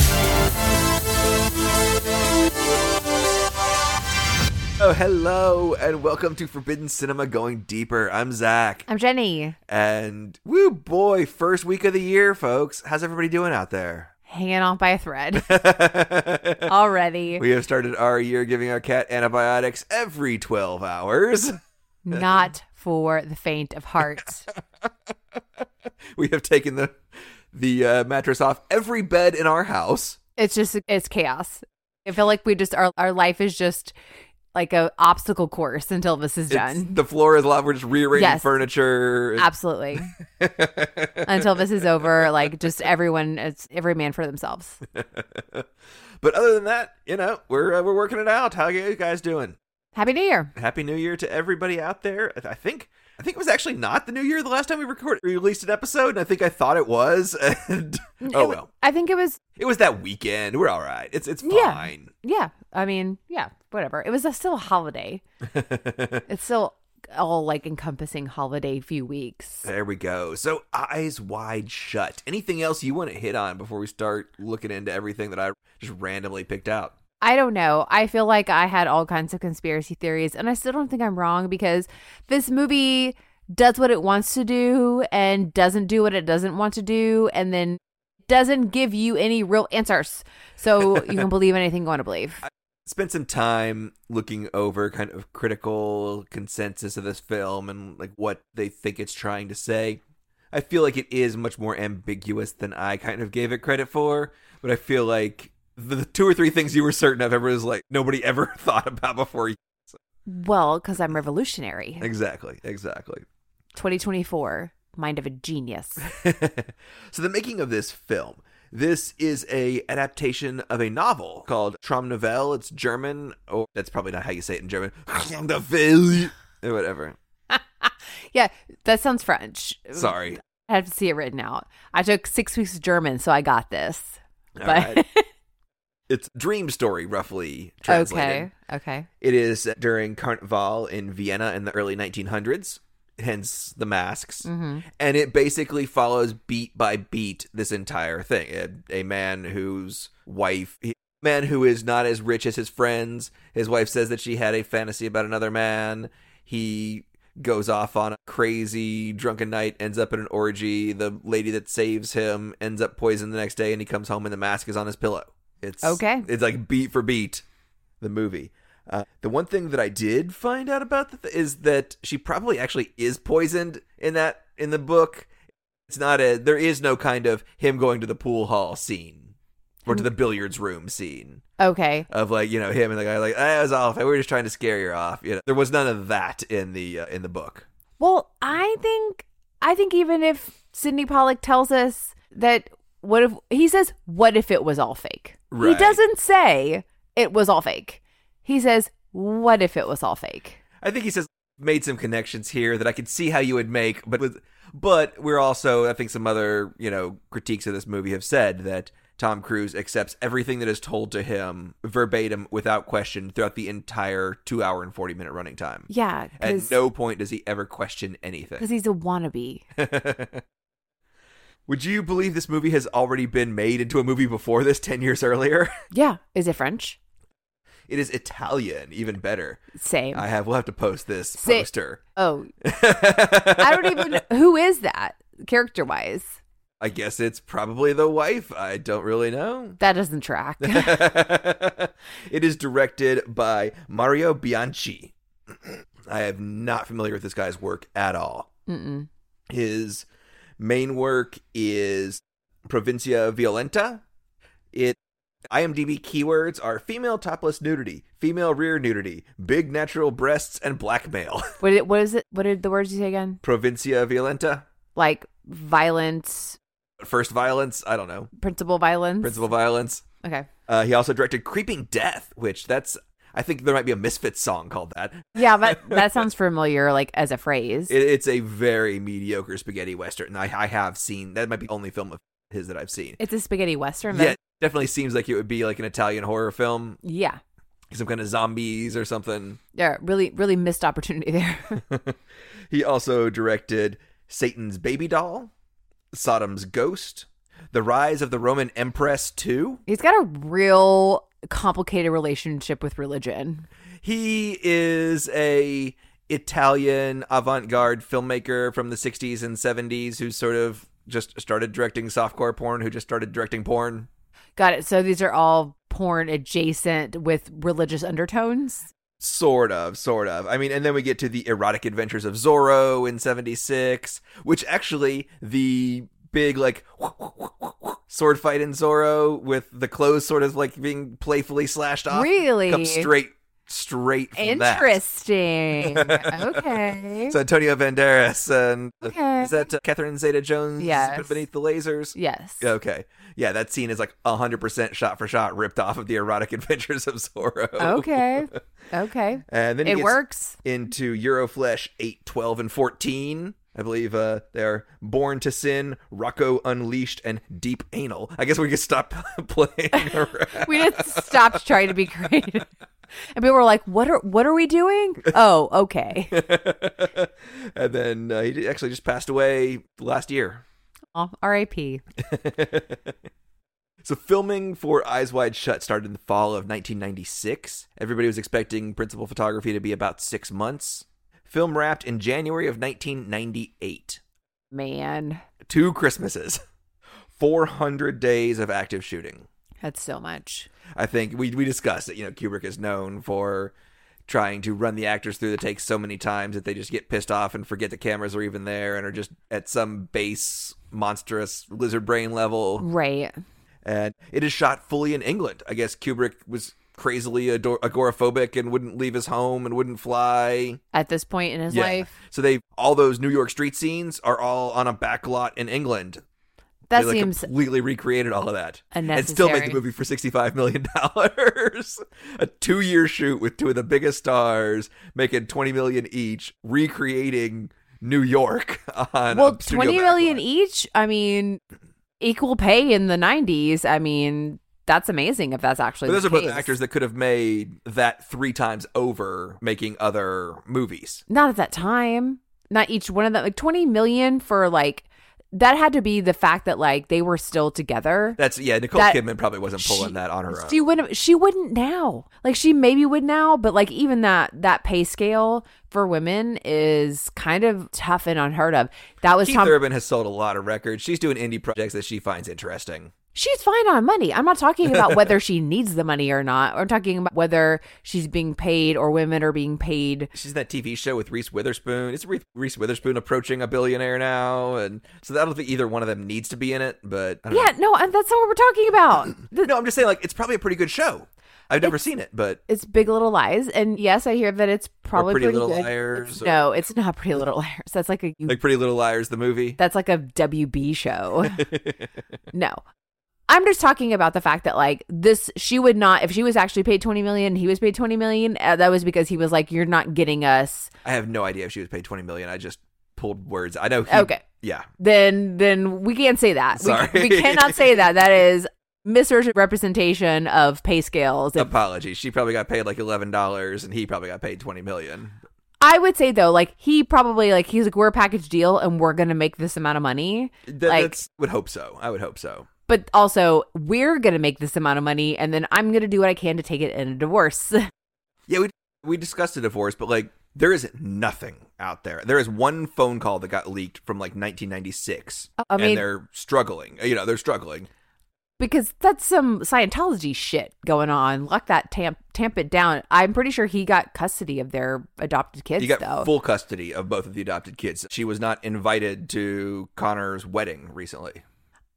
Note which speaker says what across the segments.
Speaker 1: Hello, Oh, hello, and welcome to Forbidden Cinema Going Deeper. I'm Zach.
Speaker 2: I'm Jenny,
Speaker 1: And woo boy, first week of the year, folks. How's everybody doing out there?
Speaker 2: hanging on by a thread already.
Speaker 1: we have started our year giving our cat antibiotics every 12 hours.
Speaker 2: Not for the faint of heart.
Speaker 1: We have taken the the uh, mattress off every bed in our house.
Speaker 2: It's just it's chaos. I feel like we just our our life is just like a obstacle course until this is
Speaker 1: It's-
Speaker 2: done.
Speaker 1: the floor is lava. We're just rearranging
Speaker 2: Yes.
Speaker 1: furniture.
Speaker 2: Absolutely. until this is over, like just everyone, it's every man for themselves.
Speaker 1: but other than that, you know, we're uh, we're working it out. How you guys doing?
Speaker 2: Happy New Year.
Speaker 1: Happy New Year to everybody out there. I- I think I think it was actually not the New Year the last time we recorded we released an episode, and I think I thought it was. And
Speaker 2: Mm, It
Speaker 1: oh
Speaker 2: wa-
Speaker 1: well,
Speaker 2: I think it was
Speaker 1: it was that weekend. We're all right. It's it's
Speaker 2: Yeah.
Speaker 1: fine.
Speaker 2: yeah. I mean yeah, whatever. It was a, still a holiday. it's still all like encompassing holiday few weeks.
Speaker 1: There we go. So eyes wide shut. Anything else you want to hit on before we start looking into everything that I just randomly picked out?
Speaker 2: I don't know. I feel like I had all kinds of conspiracy theories, and I still don't think I'm wrong because this movie does what it wants to do and doesn't do what it doesn't want to do, and then doesn't give you any real answers. So you can believe anything you want to believe.
Speaker 1: spent some time looking over kind of critical consensus of this film and like what they think it's trying to say. I feel like it is much more ambiguous than I kind of gave it credit for, but I feel like the, the two or three things you were certain of, everyone was like, nobody ever thought about before. you.
Speaker 2: Well, because I'm revolutionary.
Speaker 1: Exactly, exactly.
Speaker 2: 2024, mind of a genius.
Speaker 1: so the making of this film this is a adaptation of a novel called Traum Novelle. It's German, or that's probably not how you say it in German. Traum Novelle, or whatever.
Speaker 2: yeah, that sounds French.
Speaker 1: Sorry.
Speaker 2: I have to see it written out. I took six weeks of German, so I got this.
Speaker 1: All
Speaker 2: But-
Speaker 1: right. it's dream story, roughly translated.
Speaker 2: Okay. Okay.
Speaker 1: It is during Carnival in Vienna in the early 1900s, hence the masks.
Speaker 2: hmm
Speaker 1: And it basically follows beat by beat this entire thing. A, a man whose wife, he- man who is not as rich as his friends. His wife says that she had a fantasy about another man. He goes off on a crazy drunken night, ends up at an orgy. The lady that saves him ends up poisoned the next day, and he comes home and the mask is on his pillow. It's
Speaker 2: Okay.
Speaker 1: It's like beat for beat, the movie. Uh, the one thing that I did find out about the th- is that she probably actually is poisoned in that in the book. It's not a there is no kind of him going to the pool hall scene or to the billiards room scene
Speaker 2: Okay.
Speaker 1: of like you know him and the guy like I was off. We were just trying to scare you off. You know there was none of that in the uh, in the book.
Speaker 2: Well, I think I think even if Sidney Pollock tells us that what if he says what if it was all fake? He
Speaker 1: Right.
Speaker 2: doesn't say it was all fake. He says what if it was all fake?
Speaker 1: I think he says made some connections here that I could see how you would make, but with, but we're also I think some other you know critiques of this movie have said that Tom Cruise accepts everything that is told to him verbatim without question throughout the entire two hour and forty minute running time.
Speaker 2: Yeah,
Speaker 1: At
Speaker 2: because
Speaker 1: no point does he ever question anything.
Speaker 2: he's a wannabe.
Speaker 1: Would you believe this movie has already been made into a movie before this ten years earlier?
Speaker 2: Yeah, is it French?
Speaker 1: It is Italian, even better.
Speaker 2: Same.
Speaker 1: I have we'll have to post this
Speaker 2: Say-
Speaker 1: poster.
Speaker 2: oh, I don't even who is that character wise.
Speaker 1: I guess it's probably the wife. I don't really know.
Speaker 2: That doesn't track.
Speaker 1: it is directed by Mario Bianchi. I am not familiar with this guy's work at all.
Speaker 2: Mm-mm.
Speaker 1: His main work is Provincia Violenta. It IMDb keywords are female topless nudity, female rear nudity, big natural breasts, and blackmail.
Speaker 2: What did, what is it? What did the words you say again?
Speaker 1: Provincia Violenta.
Speaker 2: Like violence,
Speaker 1: First violence. I don't know.
Speaker 2: principal violence.
Speaker 1: Principal violence.
Speaker 2: Okay.
Speaker 1: Uh, he also directed Creeping Death, which that's I think there might be a Misfits song called that.
Speaker 2: Yeah, but that sounds familiar, like as a phrase.
Speaker 1: It, it's a very mediocre spaghetti western. I, I have seen that might be the only film of his that I've seen.
Speaker 2: it's a spaghetti western.
Speaker 1: yeah,
Speaker 2: But
Speaker 1: it definitely seems like it would be like an Italian horror film,
Speaker 2: yeah,
Speaker 1: some kind of zombies or something.
Speaker 2: yeah, really, really missed opportunity there.
Speaker 1: He also directed Satan's Baby Doll, Sodom's Ghost, The Rise of the Roman Empress 2.
Speaker 2: He's got a real complicated relationship with religion.
Speaker 1: He is a Italian avant-garde filmmaker from the 60s and 70s who sort of just started directing softcore porn, who just started directing porn.
Speaker 2: Got it. So these are all porn adjacent with religious undertones.
Speaker 1: Sort of, sort of. I mean, and then we get to the erotic adventures of Zorro in 76, which actually the big like sword fight in Zorro with the clothes sort of like being playfully slashed off
Speaker 2: Really?
Speaker 1: comes straight straight from that.
Speaker 2: Interesting. okay.
Speaker 1: So Antonio Banderas and
Speaker 2: Okay.
Speaker 1: is that uh, Catherine Zeta-Jones
Speaker 2: Yes.
Speaker 1: beneath the lasers?
Speaker 2: yes.
Speaker 1: Okay. Yeah, that scene is like 100% shot for shot ripped off of the erotic adventures of Zorro.
Speaker 2: Okay. Okay.
Speaker 1: And then he
Speaker 2: It
Speaker 1: gets
Speaker 2: works.
Speaker 1: into Euroflesh 8, 12, and 14. I believe uh, they're Born to Sin, Rocco Unleashed, and Deep Anal. I guess we could stop playing around.
Speaker 2: We just stopped trying to be creative. And people were like, "What are what are we doing?" Oh, okay.
Speaker 1: and then uh, he actually just passed away last year.
Speaker 2: Aw, R.A.P.
Speaker 1: So filming for Eyes Wide Shut started in the fall of 1996. Everybody was expecting principal photography to be about 6 months. Film wrapped in January of 1998.
Speaker 2: Man,
Speaker 1: Two Christmases. 400 days of active shooting.
Speaker 2: that's so much.
Speaker 1: I think we we discussed that you know Kubrick is known for trying to run the actors through the takes so many times that they just get pissed off and forget the cameras are even there and are just at some base monstrous lizard brain level
Speaker 2: Right.
Speaker 1: and it is shot fully in England. I guess Kubrick was crazily ador- agoraphobic and wouldn't leave his home and wouldn't fly.
Speaker 2: At this point in his
Speaker 1: Yeah.
Speaker 2: life,
Speaker 1: So they all those New York street scenes are all on a back lot in England.
Speaker 2: that
Speaker 1: they like,
Speaker 2: seems
Speaker 1: completely recreated all of that and still made
Speaker 2: Unnecessary.
Speaker 1: the movie for 65 million dollars. a 2-year shoot with two of the biggest stars making 20 million each recreating New York on
Speaker 2: well,
Speaker 1: a studio
Speaker 2: twenty million
Speaker 1: backlot.
Speaker 2: each. I mean, equal pay in the nineties. I mean, that's amazing if that's actually.
Speaker 1: But those
Speaker 2: the
Speaker 1: are both
Speaker 2: case.
Speaker 1: actors that could have made that three times over making other movies.
Speaker 2: Not at that time. Not each one of them. Like twenty million for like that had to be the fact that like they were still together.
Speaker 1: That's yeah, Nicole
Speaker 2: That-
Speaker 1: Kidman probably wasn't pulling
Speaker 2: she-
Speaker 1: that on her own.
Speaker 2: She wouldn't. She wouldn't now. Like she maybe would now, but like even that that pay scale for women is kind of tough and unheard of. That was
Speaker 1: Keith
Speaker 2: Tom.
Speaker 1: Urban has sold a lot of records. She's doing indie projects that she finds interesting.
Speaker 2: She's fine on money. I'm not talking about whether she needs the money or not. I'm talking about whether she's being paid or women are being paid.
Speaker 1: She's in that TV show with Reese Witherspoon. It's Reese- Reese Witherspoon approaching a billionaire now, and so I don't think either one of them needs to be in it. But I don't
Speaker 2: Yeah, no, and that's not what we're talking about.
Speaker 1: know. no, I'm just saying like it's probably a pretty good show. I've never seen it, but
Speaker 2: It's Big Little Lies, and yes, I hear that it's probably
Speaker 1: Pretty
Speaker 2: pretty
Speaker 1: Little
Speaker 2: good.
Speaker 1: Liars
Speaker 2: It's-
Speaker 1: or-
Speaker 2: no, it's not Pretty Little Liars. That's like a
Speaker 1: like Pretty Little Liars, the movie.
Speaker 2: That's like a WB show. no. I'm just talking about the fact that like this she would not if she was actually paid 20 million, he was paid 20 million, uh, that was because he was like you're not getting us.
Speaker 1: I have no idea if she was paid 20 million. I just pulled words. I know. He,
Speaker 2: Okay.
Speaker 1: Yeah.
Speaker 2: Then then we can't say that. We-
Speaker 1: Hmm. Sorry.
Speaker 2: We, cannot say that. That is misrepresentation of pay scales. If-
Speaker 1: Apologies. She probably got paid like eleven dollars, and he probably got paid 20 million.
Speaker 2: I would say though like he probably like he's like we're a package deal and we're going to make this amount of money.
Speaker 1: Th-
Speaker 2: Like-
Speaker 1: that's would hope so. I would hope so.
Speaker 2: But also, we're going to make this amount of money and then I'm going to do what I can to take it in a divorce.
Speaker 1: Yeah, we we discussed the divorce, but like there is nothing out there. There is one phone call that got leaked from like 1996,
Speaker 2: Oh, I mean-
Speaker 1: and they're struggling. You know, they're struggling.
Speaker 2: because that's some Scientology shit going on. Lock that tamp tamp it down. I'm pretty sure he got custody of their adopted kids
Speaker 1: You got
Speaker 2: though.
Speaker 1: full custody of both of the adopted kids. She was not invited to Connor's wedding recently.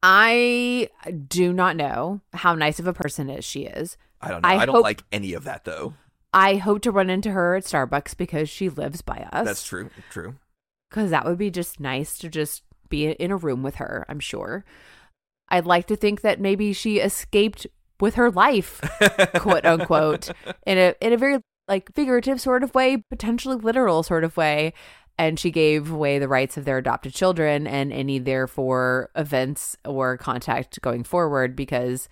Speaker 2: I do not know how nice of a person is she is.
Speaker 1: I don't know.
Speaker 2: I
Speaker 1: I, don't
Speaker 2: hope-
Speaker 1: like any of that though.
Speaker 2: I hope to run into her at Starbucks because she lives by us.
Speaker 1: That's true. True.
Speaker 2: Because that would be just nice to just be in a room with her, I'm sure. I'd like to think that maybe she escaped with her life, quote unquote, in a in a very like figurative sort of way, potentially literal sort of way. And she gave away the rights of their adopted children and any therefore events or contact going forward because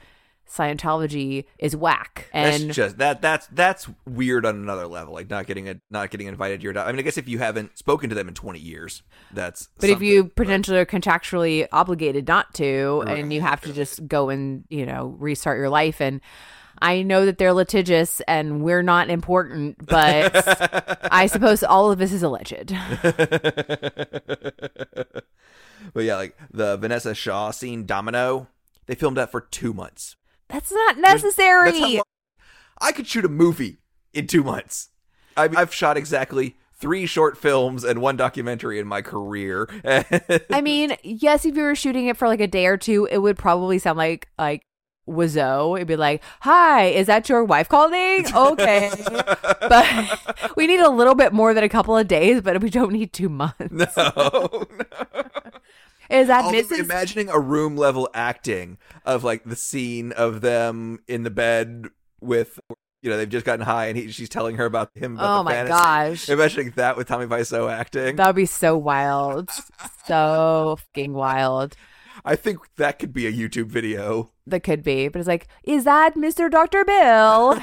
Speaker 2: Scientology is whack. And
Speaker 1: that's just that that's that's weird on another level. Like not getting a not getting invited to your. do- I mean, I guess if you haven't spoken to them in twenty years, that's.
Speaker 2: But if you potentially are contractually obligated not to, and you have to just go and you know restart your life, and I know that they're litigious and we're not important, but I suppose all of this is alleged.
Speaker 1: but yeah, like the Vanessa Shaw scene, Domino, they filmed that for two months.
Speaker 2: That's not
Speaker 1: That's how
Speaker 2: necessary.
Speaker 1: long- I could shoot a movie in two months. I mean, I've shot exactly three short films and one documentary in my career.
Speaker 2: I mean, yes, if you were shooting it for like a day or two, it would probably sound like like Wizzo. It'd be like, "Hi, is that your wife calling?" Okay, but we need a little bit more than a couple of days, but we don't need two months.
Speaker 1: no, no.
Speaker 2: Is that
Speaker 1: Also,
Speaker 2: Mrs.
Speaker 1: imagining a room level acting of like the scene of them in the bed with you know they've just gotten high and he, she's telling her about him. About
Speaker 2: oh
Speaker 1: the
Speaker 2: my
Speaker 1: fantasy.
Speaker 2: gosh,
Speaker 1: Imagining that with Tommy Wiseau acting,
Speaker 2: that would be so wild, so fucking wild.
Speaker 1: I think that could be a YouTube video.
Speaker 2: That could be, but it's like, is that Mr. Doctor Bill?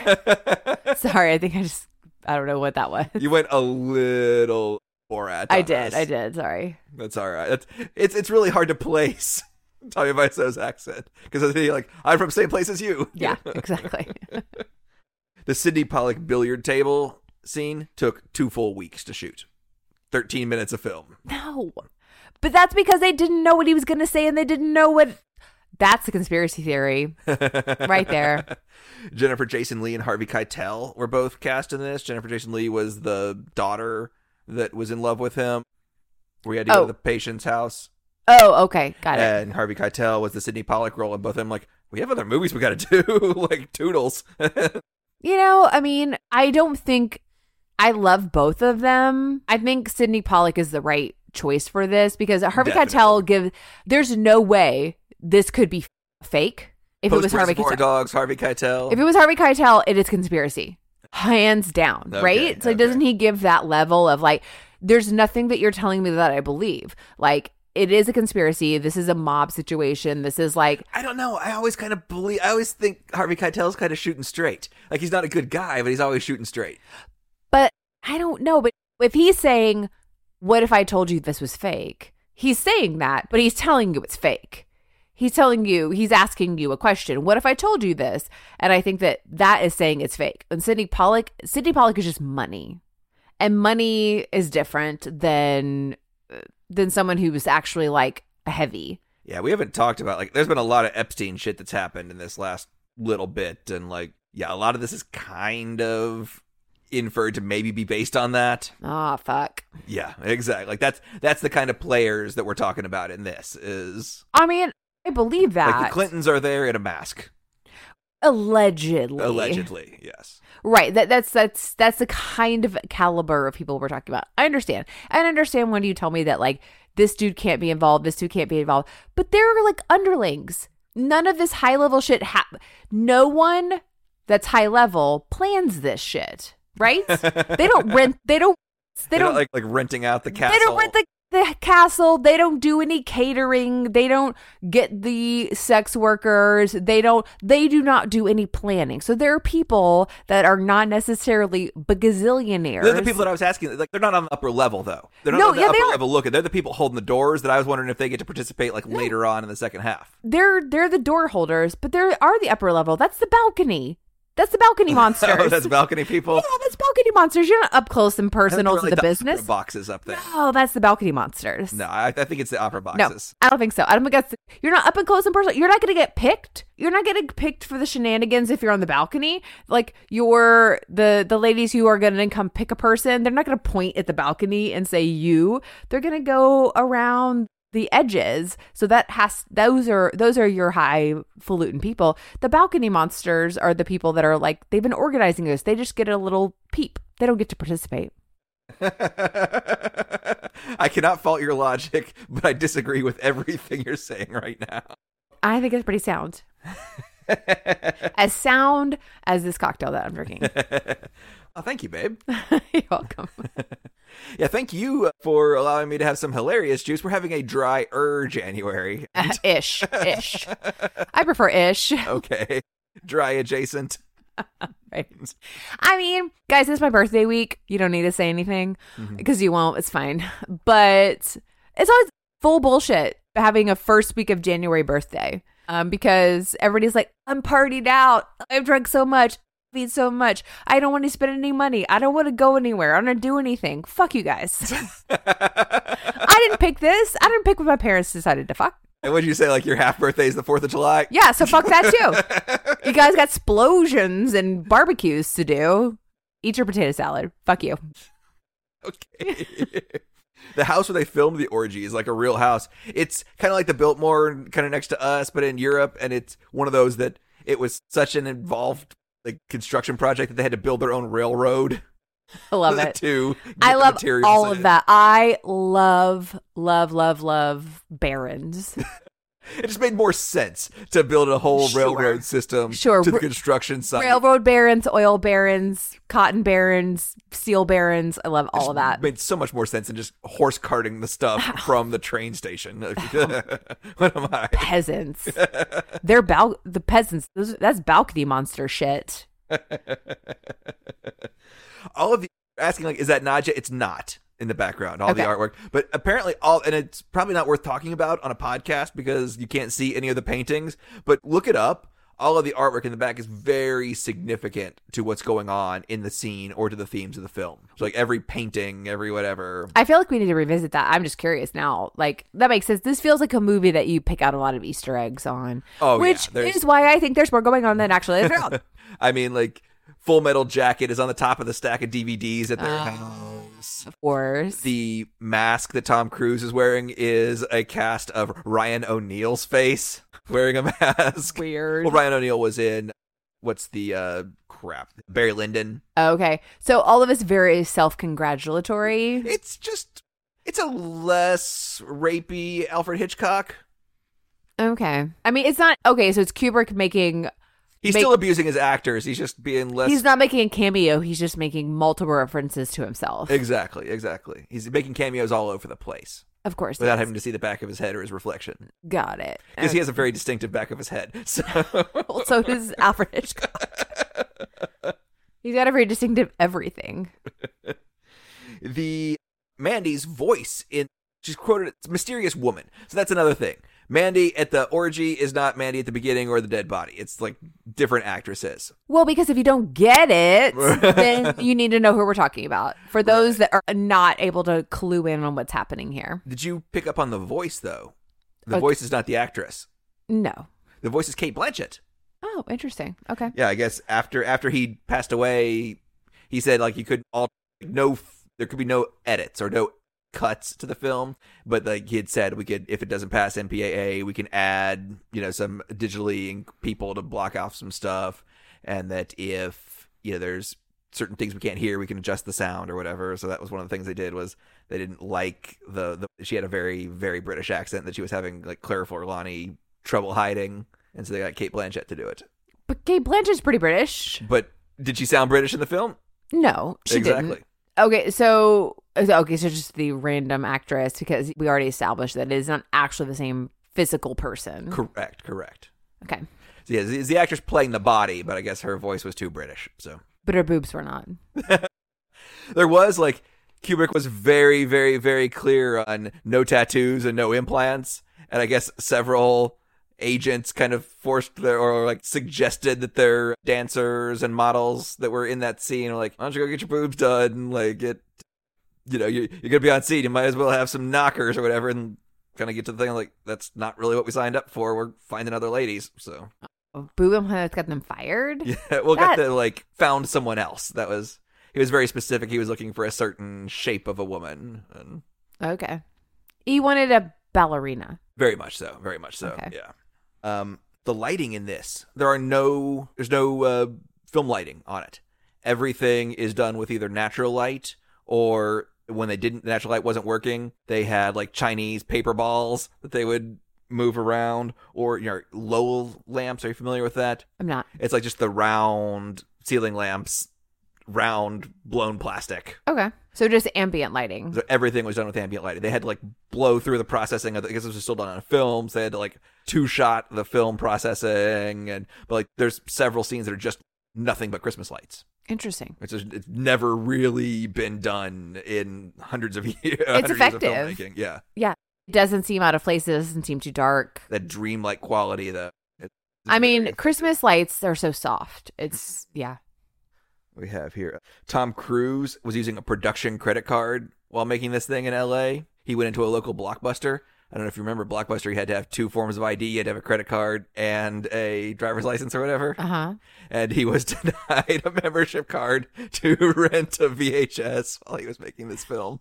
Speaker 2: Sorry, I think I just I don't know what that was.
Speaker 1: you went a little Borat.
Speaker 2: I
Speaker 1: on us.
Speaker 2: did, I did. Sorry.
Speaker 1: That's all right. That's, it's it's really hard to place Tommy Wiseau's accent because he like I'm from the same place as you.
Speaker 2: Yeah, exactly.
Speaker 1: The Sidney Pollock billiard table scene took two full weeks to shoot, thirteen minutes of film.
Speaker 2: No. But that's because they didn't know what he was going to say and they didn't know what. That's the conspiracy theory right there.
Speaker 1: Jennifer Jason Lee and Harvey Keitel were both cast in this. Jennifer Jason Lee was the daughter that was in love with him. We had to go
Speaker 2: Oh.
Speaker 1: to the patient's house,
Speaker 2: Oh, okay. Got it.
Speaker 1: and Harvey Keitel was the Sidney Pollock role, and both of them like we have other movies we got to do, like Toodles.
Speaker 2: You know, I mean, I don't think I love both of them. I think Sidney Pollock is the right choice for this because Harvey Keitel give there's no way this could be f- fake. If it was Harvey
Speaker 1: Reservoir
Speaker 2: Keitel,
Speaker 1: Dogs, Harvey Keitel.
Speaker 2: if it was Harvey Keitel, it is conspiracy, hands down,
Speaker 1: Okay,
Speaker 2: right? So
Speaker 1: okay.
Speaker 2: doesn't he give that level of like, there's nothing that you're telling me that I believe, like. It is a conspiracy. This is a mob situation. This is like
Speaker 1: I don't know. I always kind of believe. I always think Harvey Keitel's kind of shooting straight. Like he's not a good guy, but he's always shooting straight.
Speaker 2: But I don't know. But if he's saying, What if I told you this was fake? He's saying that, but he's telling you it's fake. He's telling you, he's asking you a question. What if I told you this? And I think that that is saying it's fake. And Sidney Pollock, Sidney Pollock is just money. And money is different than uh, than someone who was actually like heavy.
Speaker 1: Yeah, we haven't talked about like. There's been a lot of Epstein shit that's happened in this last little bit, and like, yeah, a lot of this is kind of inferred to maybe be based on that.
Speaker 2: Ah, fuck.
Speaker 1: Yeah, exactly. Like that's that's the kind of players that we're talking about in this is
Speaker 2: I mean, I believe that.
Speaker 1: like the Clintons are there in a mask,
Speaker 2: allegedly.
Speaker 1: allegedly. Yes.
Speaker 2: Right. That that's that's that's the kind of caliber of people we're talking about. I understand. I understand when you tell me that like this dude can't be involved, this dude can't be involved. But there are like underlings. None of this high level shit hap no one that's high level plans this shit. Right? they don't rent they don't they
Speaker 1: They're
Speaker 2: don't
Speaker 1: not, like like renting out the
Speaker 2: they
Speaker 1: castle.
Speaker 2: don't rent the the castle. They don't do any catering. They don't get the sex workers. They don't. They do not do any planning. So there are people that are not necessarily gazillionaires.
Speaker 1: They're the people that I was asking. Like, they're not on the upper level though. They're not
Speaker 2: No,
Speaker 1: on the
Speaker 2: yeah,
Speaker 1: upper
Speaker 2: they are.
Speaker 1: level. Look, they're the people holding the doors that I was wondering if they get to participate like later on in the second half.
Speaker 2: they're they're the door holders, but there are the upper level. That's the balcony. That's the balcony monsters.
Speaker 1: Oh, that's balcony people.
Speaker 2: yeah, that's balcony monsters. You're not up close and
Speaker 1: I don't
Speaker 2: personal
Speaker 1: think they're,
Speaker 2: to the,
Speaker 1: like, opera
Speaker 2: business.
Speaker 1: boxes up there.
Speaker 2: Oh, that's the balcony monsters.
Speaker 1: No, I, I think it's the opera
Speaker 2: No,
Speaker 1: boxes.
Speaker 2: I don't think so. I don't think that's you're not up and close and personal. You're not going to get picked. You're not getting picked for the shenanigans if you're on the balcony. Like you're the the ladies who are going to come pick a person. They're not going to point at the balcony and say you. They're going to go around the edges. So that has those are those are your highfalutin people. The balcony monsters are the people that are like they've been organizing this. They just get a little peep. They don't get to participate.
Speaker 1: I cannot fault your logic, but I disagree with everything you're saying right now.
Speaker 2: I think it's pretty sound. as sound as this cocktail that I'm drinking.
Speaker 1: oh, thank you, babe.
Speaker 2: You're welcome.
Speaker 1: Yeah, thank you for allowing me to have some hilarious juice. We're having a dry er January.
Speaker 2: ish, ish. I prefer ish.
Speaker 1: Okay. Dry adjacent.
Speaker 2: Right. I mean, guys, it's my birthday week. You don't need to say anything because you won't. It's fine. But it's always full bullshit having a first week of January birthday. um, because everybody's like, I'm partied out. I've drunk so much. I've eaten so much. I don't want to spend any money. I don't want to go anywhere. I don't want to do anything. Fuck you guys. I didn't pick this. I didn't pick what my parents decided to fuck.
Speaker 1: and what'd you say? Like your half birthday is the Fourth of July?
Speaker 2: Yeah, so fuck that too. you guys got explosions and barbecues to do. Eat your potato salad. Fuck you.
Speaker 1: okay. the house where they filmed the orgy is like a real house. It's kind of like the Biltmore, kind of next to us, but in Europe. And it's one of those that it was such an involved like construction project that they had to build their own railroad.
Speaker 2: I love it.
Speaker 1: To
Speaker 2: I
Speaker 1: get the
Speaker 2: love
Speaker 1: materials
Speaker 2: all
Speaker 1: in.
Speaker 2: of that. I love, love, love, love barons.
Speaker 1: It just made more sense to build a whole
Speaker 2: Sure.
Speaker 1: railroad system
Speaker 2: Sure.
Speaker 1: to the
Speaker 2: Ra-
Speaker 1: construction site.
Speaker 2: Railroad barons, oil barons, cotton barons, steel barons. I love all of that.
Speaker 1: made so much more sense than just horse carting the stuff from the train station. what am I?
Speaker 2: Peasants. They're bal- the peasants. Those, that's balcony monster shit.
Speaker 1: all of the asking like is that Naja? It's not in the background. All the
Speaker 2: Okay.
Speaker 1: artwork, but apparently all and it's probably not worth talking about on a podcast because you can't see any of the paintings. But look it up. All of the artwork in the back is very significant to what's going on in the scene or to the themes of the film. So like every painting, every whatever.
Speaker 2: I feel like we need to revisit that. I'm just curious now. Like that makes sense. This feels like a movie that you pick out a lot of Easter eggs on.
Speaker 1: Oh, yeah,
Speaker 2: which
Speaker 1: there's-
Speaker 2: is why I think there's more going on than actually is around.
Speaker 1: I mean, like Full Metal Jacket is on the top of the stack of DVDs at their house.
Speaker 2: of course.
Speaker 1: the mask that Tom Cruise is wearing is a cast of Ryan O'Neill's face wearing a mask.
Speaker 2: Weird.
Speaker 1: Well, Ryan O'Neill was in what's the uh crap? Barry Lyndon.
Speaker 2: Okay. So all of it's very self congratulatory.
Speaker 1: It's just it's a less rapey Alfred Hitchcock.
Speaker 2: Okay. I mean, it's not okay. So it's Kubrick making,
Speaker 1: He's
Speaker 2: Make-
Speaker 1: still abusing his actors. He's just being less
Speaker 2: he's not making a cameo. He's just making multiple references to himself.
Speaker 1: Exactly, exactly. He's making cameos all over the place
Speaker 2: of course.
Speaker 1: without
Speaker 2: yes.
Speaker 1: having to see the back of his head or his reflection
Speaker 2: Got it.
Speaker 1: because he has a very distinctive back of his head. So
Speaker 2: Okay. so does Alfred Hitchcock. he's got a very distinctive everything.
Speaker 1: the Mandy's voice in she's quoted it's mysterious woman. So that's another thing. Mandy at the orgy is not Mandy at the beginning or the dead body. It's like different actresses.
Speaker 2: Well, because if you don't get it, then you need to know who we're talking about. For those that are not able to clue in on what's happening here,
Speaker 1: Did you pick up on the voice though? The
Speaker 2: Okay.
Speaker 1: voice is not the actress.
Speaker 2: no.
Speaker 1: The voice is Kate Blanchett.
Speaker 2: Oh, interesting. Okay.
Speaker 1: Yeah, I guess after after he passed away, he said like you could all no f- there could be no edits or no cuts to the film, but like he had said we could if it doesn't pass MPAA, we can add, you know, some digitally in- people to block off some stuff and that if you know there's certain things we can't hear, we can adjust the sound or whatever. So that was one of the things they did was they didn't like the, the she had a very very British accent that she was having like Claire Forlani trouble hiding, and so they got Kate Blanchett to do it.
Speaker 2: But Kate Blanchett's pretty British.
Speaker 1: But did she sound British in the film?
Speaker 2: No, she
Speaker 1: exactly.
Speaker 2: didn't. Okay, so okay, so just the random actress because we already established that it is not actually the same physical person.
Speaker 1: Correct. Correct.
Speaker 2: Okay,
Speaker 1: So yeah, it's the actress playing the body, but I guess her voice was too British. So
Speaker 2: but her boobs were not.
Speaker 1: there was like Kubrick was very, very, very clear on no tattoos and no implants, and I guess several agents kind of forced their or like suggested that their dancers and models that were in that scene were like, "Why don't you go get your boobs done?" And, like it, you know, you're, you're gonna be on scene. You might as well have some knockers or whatever, and kind of get to the thing like that's not really what we signed up for. We're finding other ladies, so
Speaker 2: Oh, Boob implants got them fired.
Speaker 1: yeah, well, got
Speaker 2: That-
Speaker 1: the like found someone else. That was he was very specific. He was looking for a certain shape of a woman, and
Speaker 2: Okay, he wanted a ballerina.
Speaker 1: very much so, very much so.
Speaker 2: Okay.
Speaker 1: Yeah. Um, the lighting in this, there are no, there's no uh, film lighting on it. Everything is done with either natural light or when they didn't, the natural light wasn't working. They had like Chinese paper balls that they would move around, or you know, low lamps. Are you familiar with that?
Speaker 2: I'm not
Speaker 1: It's like just the round ceiling lamps, round blown plastic.
Speaker 2: okay. So just ambient lighting.
Speaker 1: So everything was done with ambient lighting. They had to like blow through the processing of the, because this was still done on films. They had to like two shot the film processing, and but like there's several scenes that are just nothing but Christmas lights.
Speaker 2: Interesting.
Speaker 1: It's just, it's never really been done in hundreds of years.
Speaker 2: It's effective.
Speaker 1: yeah.
Speaker 2: Yeah, It doesn't seem out of place. It doesn't seem too dark.
Speaker 1: That dreamlike quality, though. It's
Speaker 2: I mean,
Speaker 1: very-
Speaker 2: Christmas lights are so soft. It's yeah.
Speaker 1: we have here Tom Cruise was using a production credit card while making this thing in L.A. He went into a local Blockbuster. I don't know if you remember Blockbuster. You had to have two forms of ID. You had to have a credit card and a driver's license or whatever.
Speaker 2: Uh huh.
Speaker 1: and he was denied a membership card to rent a VHS while he was making this film.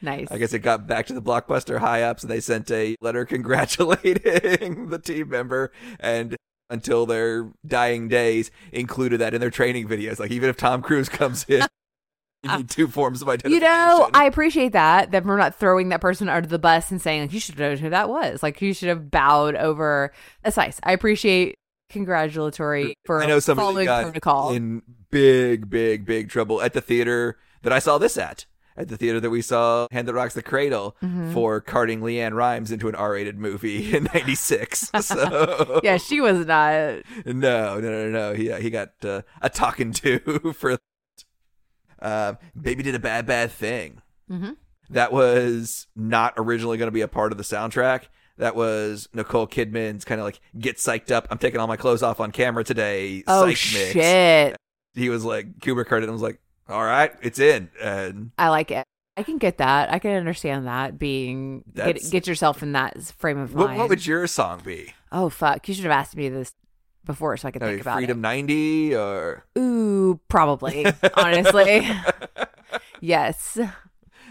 Speaker 2: Nice.
Speaker 1: I guess it got back to the blockbuster high ups, and they sent a letter congratulating the team member, and until their dying days, included that in their training videos. Like even if Tom Cruise comes in, you need two forms of identity.
Speaker 2: you know, I appreciate that that we're not throwing that person under the bus and saying like you should have known who that was. Like you should have bowed over. That's nice. I appreciate congratulatory for
Speaker 1: I know somebody that
Speaker 2: following
Speaker 1: got
Speaker 2: protocol.
Speaker 1: in big, big, big trouble at the theater that I saw this at. At the theater that we saw Hand That Rocks the Cradle
Speaker 2: Mhm.
Speaker 1: for carting Leanne Rhymes into an R rated movie in ninety six. So
Speaker 2: yeah, she was not.
Speaker 1: no, no, no, no. He uh, he got uh, a talking to for that. Um, Baby did a bad bad thing.
Speaker 2: Mhm.
Speaker 1: That was not originally going to be a part of the soundtrack. That was Nicole Kidman's kind of like get psyched up. I'm taking all my clothes off on camera today.
Speaker 2: Oh
Speaker 1: psych
Speaker 2: shit!
Speaker 1: Mix. He was like Kubrick heard it and was like, "All right, it's in." And
Speaker 2: I like it. I can get that. I can understand that being
Speaker 1: That's-
Speaker 2: get, get yourself in that frame of
Speaker 1: what,
Speaker 2: mind.
Speaker 1: what would your song be?
Speaker 2: oh fuck! You should have asked me this before so I could
Speaker 1: Uh,
Speaker 2: think about
Speaker 1: Freedom ninety or
Speaker 2: it. Ooh, probably. honestly, yes.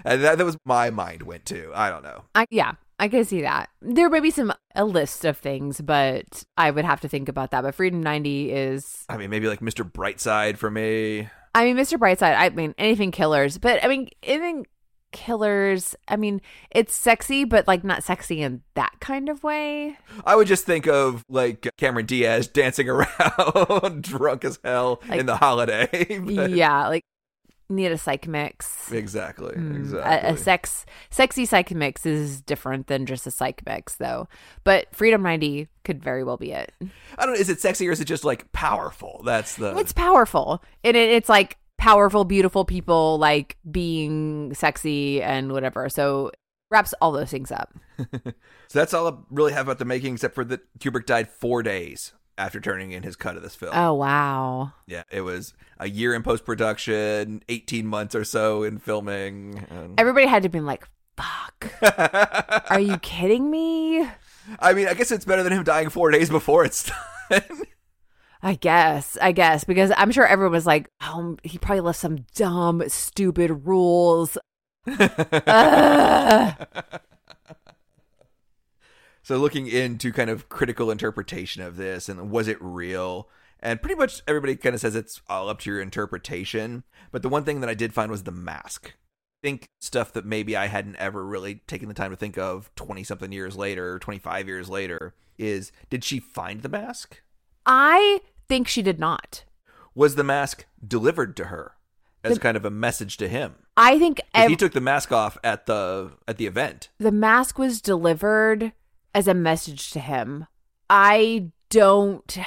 Speaker 1: and that, that was my mind went to. I don't know.
Speaker 2: I yeah, I can see that. There may be some a list of things, but I would have to think about that. But Freedom ninety is
Speaker 1: I mean, maybe like Mr. Brightside for me.
Speaker 2: I mean, Mr. Brightside, I mean, anything killers, but I mean, anything killers, I mean, it's sexy, but like not sexy in that kind of way.
Speaker 1: I would just think of like Cameron Diaz dancing around drunk as hell
Speaker 2: Like-
Speaker 1: in the holiday. but-
Speaker 2: yeah, like need a psych mix.
Speaker 1: Exactly.
Speaker 2: Mm,
Speaker 1: Exactly.
Speaker 2: A, a sex, sexy psych mix is different than just a psych mix, though. But Freedom 90 could very well be it.
Speaker 1: I don't know. Is it sexy or is it just like powerful? That's the.
Speaker 2: It's powerful. And it, it's like powerful, beautiful people like being sexy and whatever. So wraps all those things up.
Speaker 1: so that's all I really have about the making, except for that Kubrick died four days after turning in his cut of this film.
Speaker 2: Oh, wow.
Speaker 1: Yeah, it was a year in post production, eighteen months or so in filming. and-
Speaker 2: Everybody had to have been like, fuck, are you kidding me?
Speaker 1: I mean, I guess it's better than him dying four days before it's done.
Speaker 2: I guess, I guess, because I'm sure everyone was like, oh, he probably left some dumb, stupid rules. Uh, Ugh.
Speaker 1: So looking into kind of critical interpretation of this and was it real? And pretty much everybody kind of says it's all up to your interpretation. But the one thing that I did find was the mask. Think stuff that maybe I hadn't ever really taken the time to think of 20 something years later, or 25 years later is did she find the mask?
Speaker 2: I think she did not.
Speaker 1: Was the mask delivered to her as
Speaker 2: The-
Speaker 1: kind of a message to him?
Speaker 2: I think
Speaker 1: 'Cause
Speaker 2: ev-
Speaker 1: he took the mask off at the at the event.
Speaker 2: the mask was delivered as a message to him. I don't.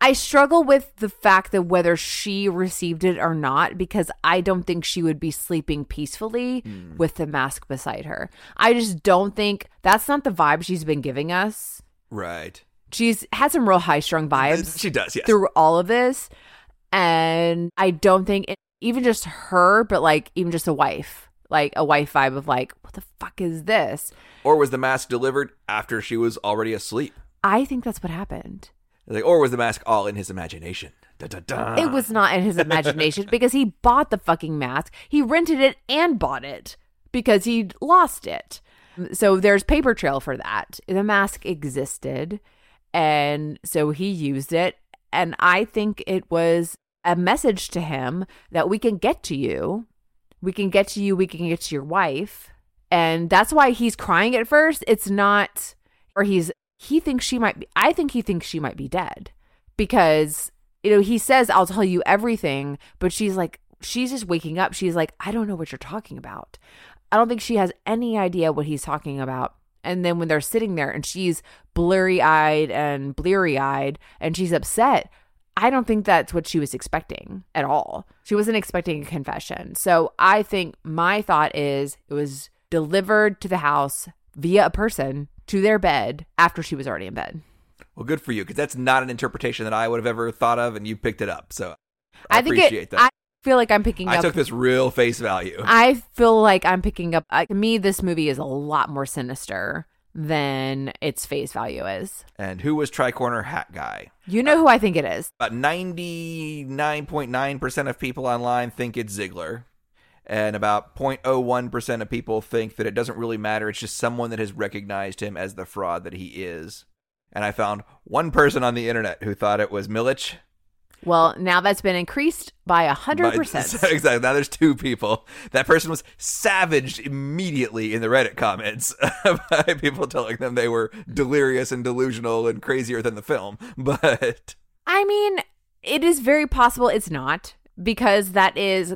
Speaker 2: I struggle with the fact that whether she received it or not, because I don't think she would be sleeping peacefully
Speaker 1: Hmm.
Speaker 2: with the mask beside her. I just don't think that's not the vibe she's been giving us.
Speaker 1: Right.
Speaker 2: She's had some real high strung vibes
Speaker 1: She does, yes.
Speaker 2: through all of this. And I don't think it, even just her, but like even just a wife, like a wife vibe of like, what the fuck is this?
Speaker 1: Or was the mask delivered after she was already asleep?
Speaker 2: I think that's what happened.
Speaker 1: Like, or was the mask all in his imagination? Da, da, da.
Speaker 2: It was not in his imagination because he bought the fucking mask. He rented it and bought it because he lost it. So there's paper trail for that. The mask existed and so he used it and I think it was a message to him that we can get to you. We can get to you, we can get to your wife. And that's why he's crying at first. It's not or he's he thinks she might be I think he thinks she might be dead because you know he says i'll tell you everything but she's like she's just waking up she's like i don't know what you're talking about i don't think she has any idea what he's talking about and then when they're sitting there and she's blurry eyed and bleary eyed and she's upset i don't think that's what she was expecting at all she wasn't expecting a confession so i think my thought is it was delivered to the house via a person to their bed after she was already in bed.
Speaker 1: Well, good for you because that's not an interpretation that I would have ever thought of, and you picked it up. So I,
Speaker 2: I, think
Speaker 1: appreciate
Speaker 2: it,
Speaker 1: that.
Speaker 2: I feel like I'm picking
Speaker 1: I
Speaker 2: up.
Speaker 1: took this real face value.
Speaker 2: I feel like I'm picking up. I, to me, this movie is a lot more sinister than its face value is.
Speaker 1: And who was Tricorner Hat Guy?
Speaker 2: You know who I think it is.
Speaker 1: About 99.9% of people online think it's Ziegler. And about 0.01% of people think that it doesn't really matter. It's just someone that has recognized him as the fraud that he is. And I found one person on the internet who thought it was Milich.
Speaker 2: Well, now that's been increased by a hundred
Speaker 1: So,
Speaker 2: percent.
Speaker 1: exactly. Now there's two people. That person was savaged immediately in the Reddit comments by people telling them they were delirious and delusional and crazier than the film. But
Speaker 2: I mean, it is very possible it's not because that is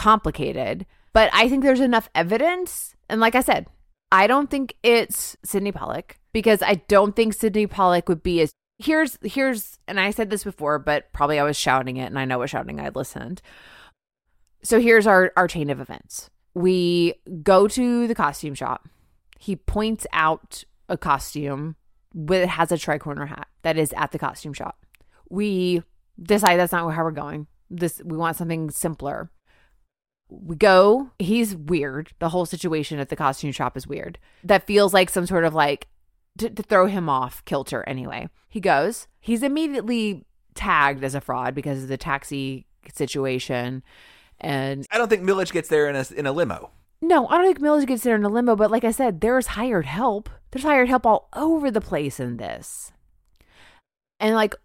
Speaker 2: complicated. But I think there's enough evidence, and like I said, I don't think it's Sidney Pollock because I don't think Sidney Pollock would be as here's here's and I said this before, but probably I was shouting it, and I know I was shouting. I listened. So here's our our chain of events. We go to the costume shop. He points out a costume that has a tricorner hat that is at the costume shop. We decide that's not how we're going. This we want something simpler. We go. He's weird. The whole situation at the costume shop is weird. That feels like some sort of like to, to throw him off kilter anyway. He goes. He's immediately tagged as a fraud because of the taxi situation. And
Speaker 1: I don't think Milich gets there in a, in a limo.
Speaker 2: no, I don't think Millage gets there in a limbo, but like I said, there's hired help. There's hired help all over the place in this. And like,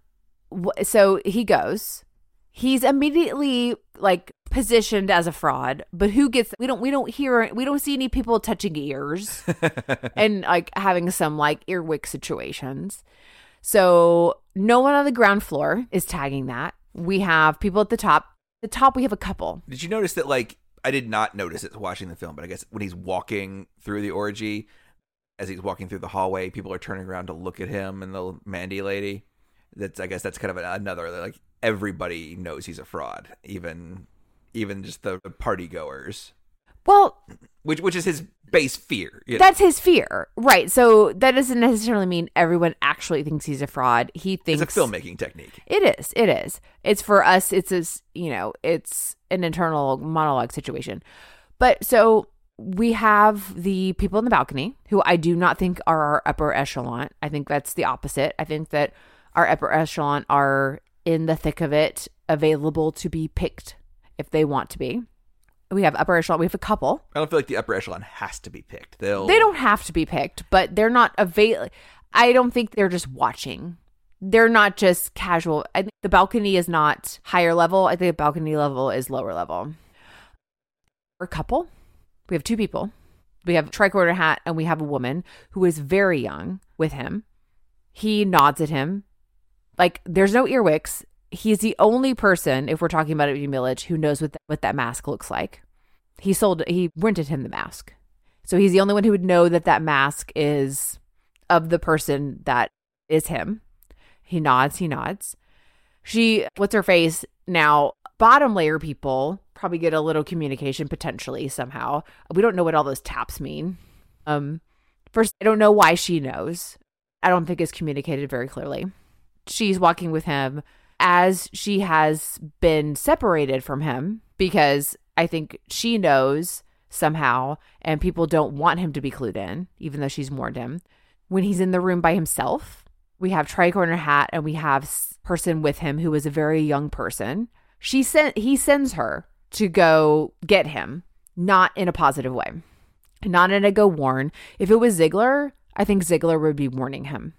Speaker 2: wh- so he goes. He's immediately like positioned as a fraud, but who gets? We don't. We don't hear. We don't see any people touching ears and like having some like earwig situations. So no one on the ground floor is tagging that. We have people at the top. The top we have a couple.
Speaker 1: Did you notice that, like, I did not notice it watching the film, but I guess when he's walking through the orgy, as he's walking through the hallway, people are turning around to look at him and the Mandy lady. That's, I guess, that's kind of another, like, everybody knows he's a fraud, even, even just the, the party goers,
Speaker 2: Well,
Speaker 1: which, which is his base fear. you know.
Speaker 2: That's his fear, right? So that doesn't necessarily mean everyone actually thinks he's a fraud. He
Speaker 1: it's
Speaker 2: thinks
Speaker 1: a filmmaking technique.
Speaker 2: It is. It is. It's for us. It's this. You know. It's an internal monologue situation. But so we have the people in the balcony who I do not think are our upper echelon. I think that's the opposite. I think that our upper echelon are in the thick of it, available to be picked if they want to be. We have upper echelon. We have a couple.
Speaker 1: I don't feel like the upper echelon has to be picked. They'll,
Speaker 2: They don't have to be picked, but they're not avail. I don't think they're just watching. They're not just casual. I think the balcony is not higher level. I think the balcony level is lower level. We're a couple. We have two people. We have a tricorder hat and we have a woman who is very young with him. He nods at him. Like there's no earwicks. He's the only person, if we're talking about it being Millage, who knows what, th- what that mask looks like. He sold, he rented him the mask. So he's the only one who would know that that mask is of the person that is him. He nods, he nods. She, what's her face? Now, bottom layer people probably get a little communication potentially somehow. We don't know what all those taps mean. Um, first, I don't know why she knows. I don't think it's communicated very clearly. She's walking with him as she has been separated from him because I think she knows somehow and people don't want him to be clued in, even though she's warned him. When he's in the room by himself, we have tricorner hat and we have s- person with him who is a very young person. She sent he sends her to go get him, not in a positive way not in a go warn. If it was Ziegler, I think Ziegler would be warning him.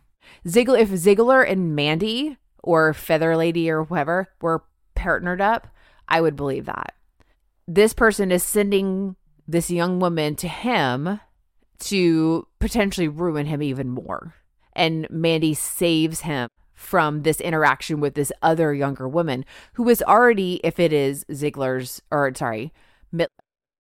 Speaker 2: Ziegler, if Ziegler and Mandy or Feather Lady or whoever were partnered up, I would believe that. This person is sending this young woman to him to potentially ruin him even more. And Mandy saves him from this interaction with this other younger woman who is already, if it is Ziegler's, or sorry, Mi-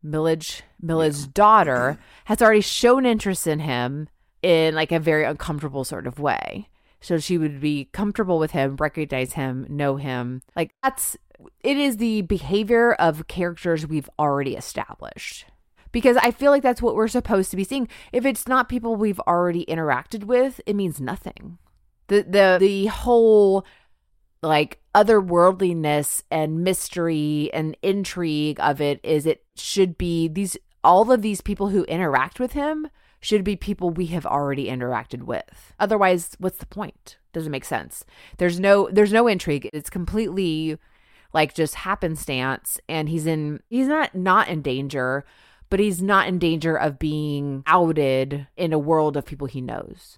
Speaker 2: Millage Millage's daughter has already shown interest in him in like a very uncomfortable sort of way. So she would be comfortable with him, recognize him, know him. Like that's it is the behavior of characters we've already established. because I feel like that's what we're supposed to be seeing. If it's not people we've already interacted with, it means nothing. The the the whole like otherworldliness and mystery and intrigue of it is it should be these all of these people who interact with him should be people we have already interacted with. Otherwise, what's the point? Doesn't make sense. There's no there's no intrigue. It's completely like just happenstance and he's in he's not not in danger, but he's not in danger of being outed in a world of people he knows.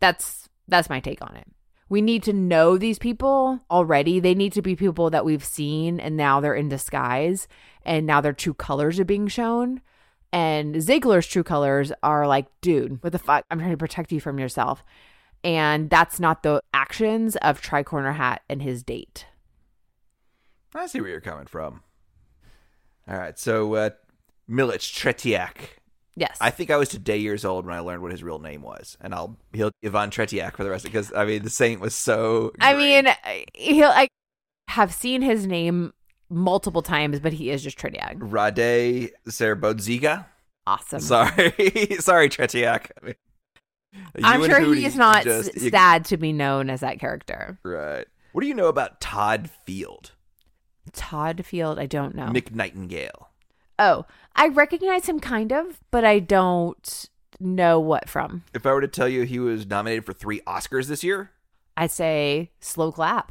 Speaker 2: That's that's my take on it. We need to know these people already. They need to be people that we've seen and now they're in disguise and now their true colors are being shown. And Ziegler's true colors are like, dude, what the fuck? I'm trying to protect you from yourself. And that's not the actions of Tricorner Hat and his date.
Speaker 1: I see where you're coming from. All right, so uh, Milic Tretiak.
Speaker 2: Yes.
Speaker 1: I think I was today years old when I learned what his real name was, and I'll he'll Ivan Tretiak for the rest because I mean the saint was so.
Speaker 2: I
Speaker 1: great.
Speaker 2: mean, I- he'll I have seen his name multiple times, but he is just Tridiag.
Speaker 1: Rade Serbodziga.
Speaker 2: Awesome.
Speaker 1: Sorry, sorry, Tretiak. I mean,
Speaker 2: I'm
Speaker 1: you and
Speaker 2: sure he
Speaker 1: Hootie
Speaker 2: is not
Speaker 1: just-
Speaker 2: s-
Speaker 1: you-
Speaker 2: sad to be known as that character.
Speaker 1: Right. What do you know about Todd Field,
Speaker 2: Todd Field, I don't know.
Speaker 1: Mick Nightingale?
Speaker 2: oh, I recognize him kind of, but I don't know what from.
Speaker 1: If I were to tell you he was nominated for three Oscars this year,
Speaker 2: I say slow clap.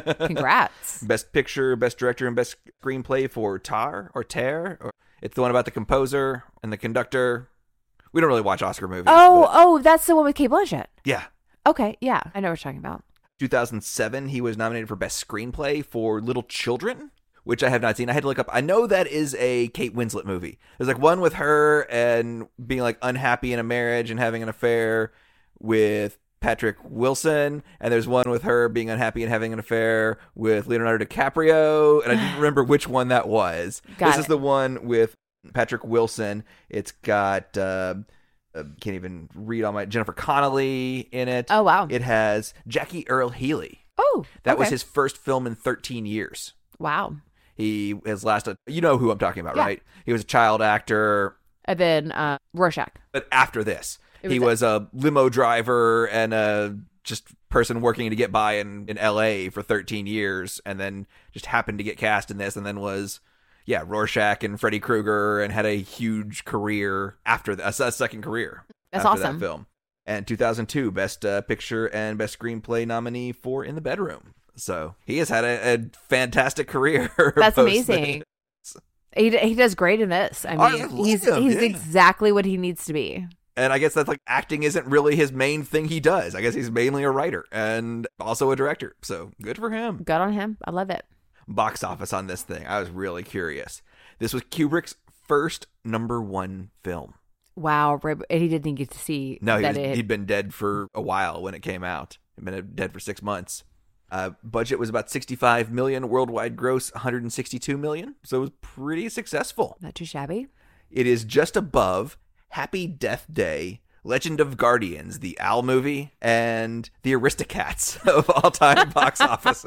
Speaker 2: Congrats.
Speaker 1: Best Picture, Best Director, and Best Screenplay for Tar or Tear. Or, it's the one about the composer and the conductor. We don't really watch Oscar movies.
Speaker 2: oh,
Speaker 1: but-
Speaker 2: oh, that's the one with Kate Blanchett.
Speaker 1: yeah.
Speaker 2: Okay, yeah, I know what you're talking about.
Speaker 1: 2007, he was nominated for Best Screenplay for Little Children, which I have not seen. I had to look up. I know that is a Kate Winslet movie. There's like one with her and being like unhappy in a marriage and having an affair with Patrick Wilson, and there's one with her being unhappy and having an affair with Leonardo DiCaprio, and I didn't remember which one that was.
Speaker 2: Got
Speaker 1: this is
Speaker 2: it.
Speaker 1: the one with Patrick Wilson. It's got uh, uh, can't even read all my Jennifer Connelly in it.
Speaker 2: Oh wow.
Speaker 1: It has Jackie Earl Healy.
Speaker 2: oh,
Speaker 1: That was
Speaker 2: okay.
Speaker 1: his first film in 13 years.
Speaker 2: Wow.
Speaker 1: He his last you know who I'm talking about,
Speaker 2: Yeah.
Speaker 1: right? He was a child actor,
Speaker 2: And then uh, Rorschach.
Speaker 1: but after this,
Speaker 2: It
Speaker 1: he was a limo driver and a just person working to get by in in LA for 13 years and then just happened to get cast in this and then was yeah, Rorschach and Freddy Krueger and had a huge career after that, a second career.
Speaker 2: That's
Speaker 1: after
Speaker 2: awesome.
Speaker 1: That film. And 2002, best uh, picture and best screenplay nominee for In the Bedroom. So he has had a, a fantastic career.
Speaker 2: That's
Speaker 1: post this.
Speaker 2: amazing. He, d- he does great in this. I
Speaker 1: I
Speaker 2: mean,
Speaker 1: love
Speaker 2: he's
Speaker 1: him,
Speaker 2: he's
Speaker 1: yeah.
Speaker 2: exactly what he needs to be.
Speaker 1: And I guess that's like acting isn't really his main thing he does. I guess he's mainly a writer and also a director. So good for him.
Speaker 2: Good on him. I love it.
Speaker 1: Box office on this thing. I was really curious. This was Kubrick's first number one film.
Speaker 2: Wow, Rib- and he didn't get to see
Speaker 1: No, he
Speaker 2: that
Speaker 1: was,
Speaker 2: it-
Speaker 1: he'd been dead for a while when it came out. He'd been dead for six months. Uh, budget was about 65 million worldwide gross 162 million so it was pretty successful
Speaker 2: not too shabby.
Speaker 1: it is just above happy death day legend of guardians the owl movie and the aristocats of all-time box office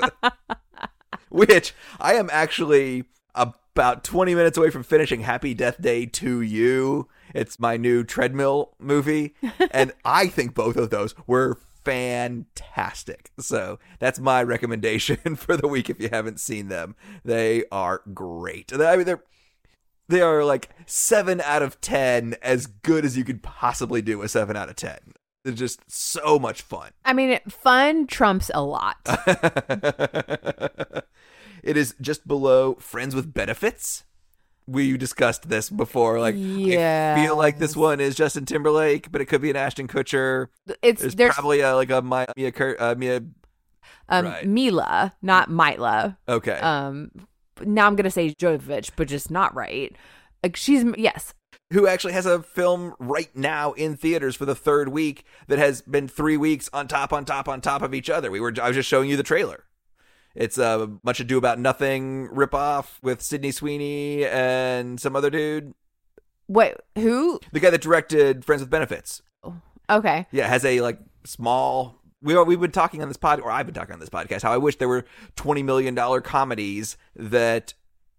Speaker 1: which i am actually about 20 minutes away from finishing happy death day to you it's my new treadmill movie and i think both of those were fantastic so that's my recommendation for the week if you haven't seen them they are great i mean they're they are like seven out of ten, as good as you could possibly do a seven out of ten. They're just so much fun.
Speaker 2: I mean, fun trumps a lot.
Speaker 1: it is just below Friends with Benefits. We discussed this before. Like, I feel like this
Speaker 2: Yes.
Speaker 1: one is Justin Timberlake, but it could be an Ashton Kutcher.
Speaker 2: it's
Speaker 1: There's,
Speaker 2: there's,
Speaker 1: probably a, like a Mia, Mia, Cur- uh, Mia.
Speaker 2: um,
Speaker 1: right. Mm-hmm.
Speaker 2: Mila, not Mila.
Speaker 1: Okay,
Speaker 2: Um, now I'm gonna say Jovovich, but just not right. Like she's yes,
Speaker 1: who actually has a film right now in theaters for the third week that has been three weeks on top on top on top of each other. We were I was just showing you the trailer. It's a much ado about nothing ripoff with Sidney Sweeney and some other dude,
Speaker 2: what who?
Speaker 1: the guy that directed Friends with Benefits.
Speaker 2: Okay,
Speaker 1: Yeah, has a like small. We are, we've been talking on this pod, or I've been talking on this podcast, how I wish there were twenty million dollar comedies that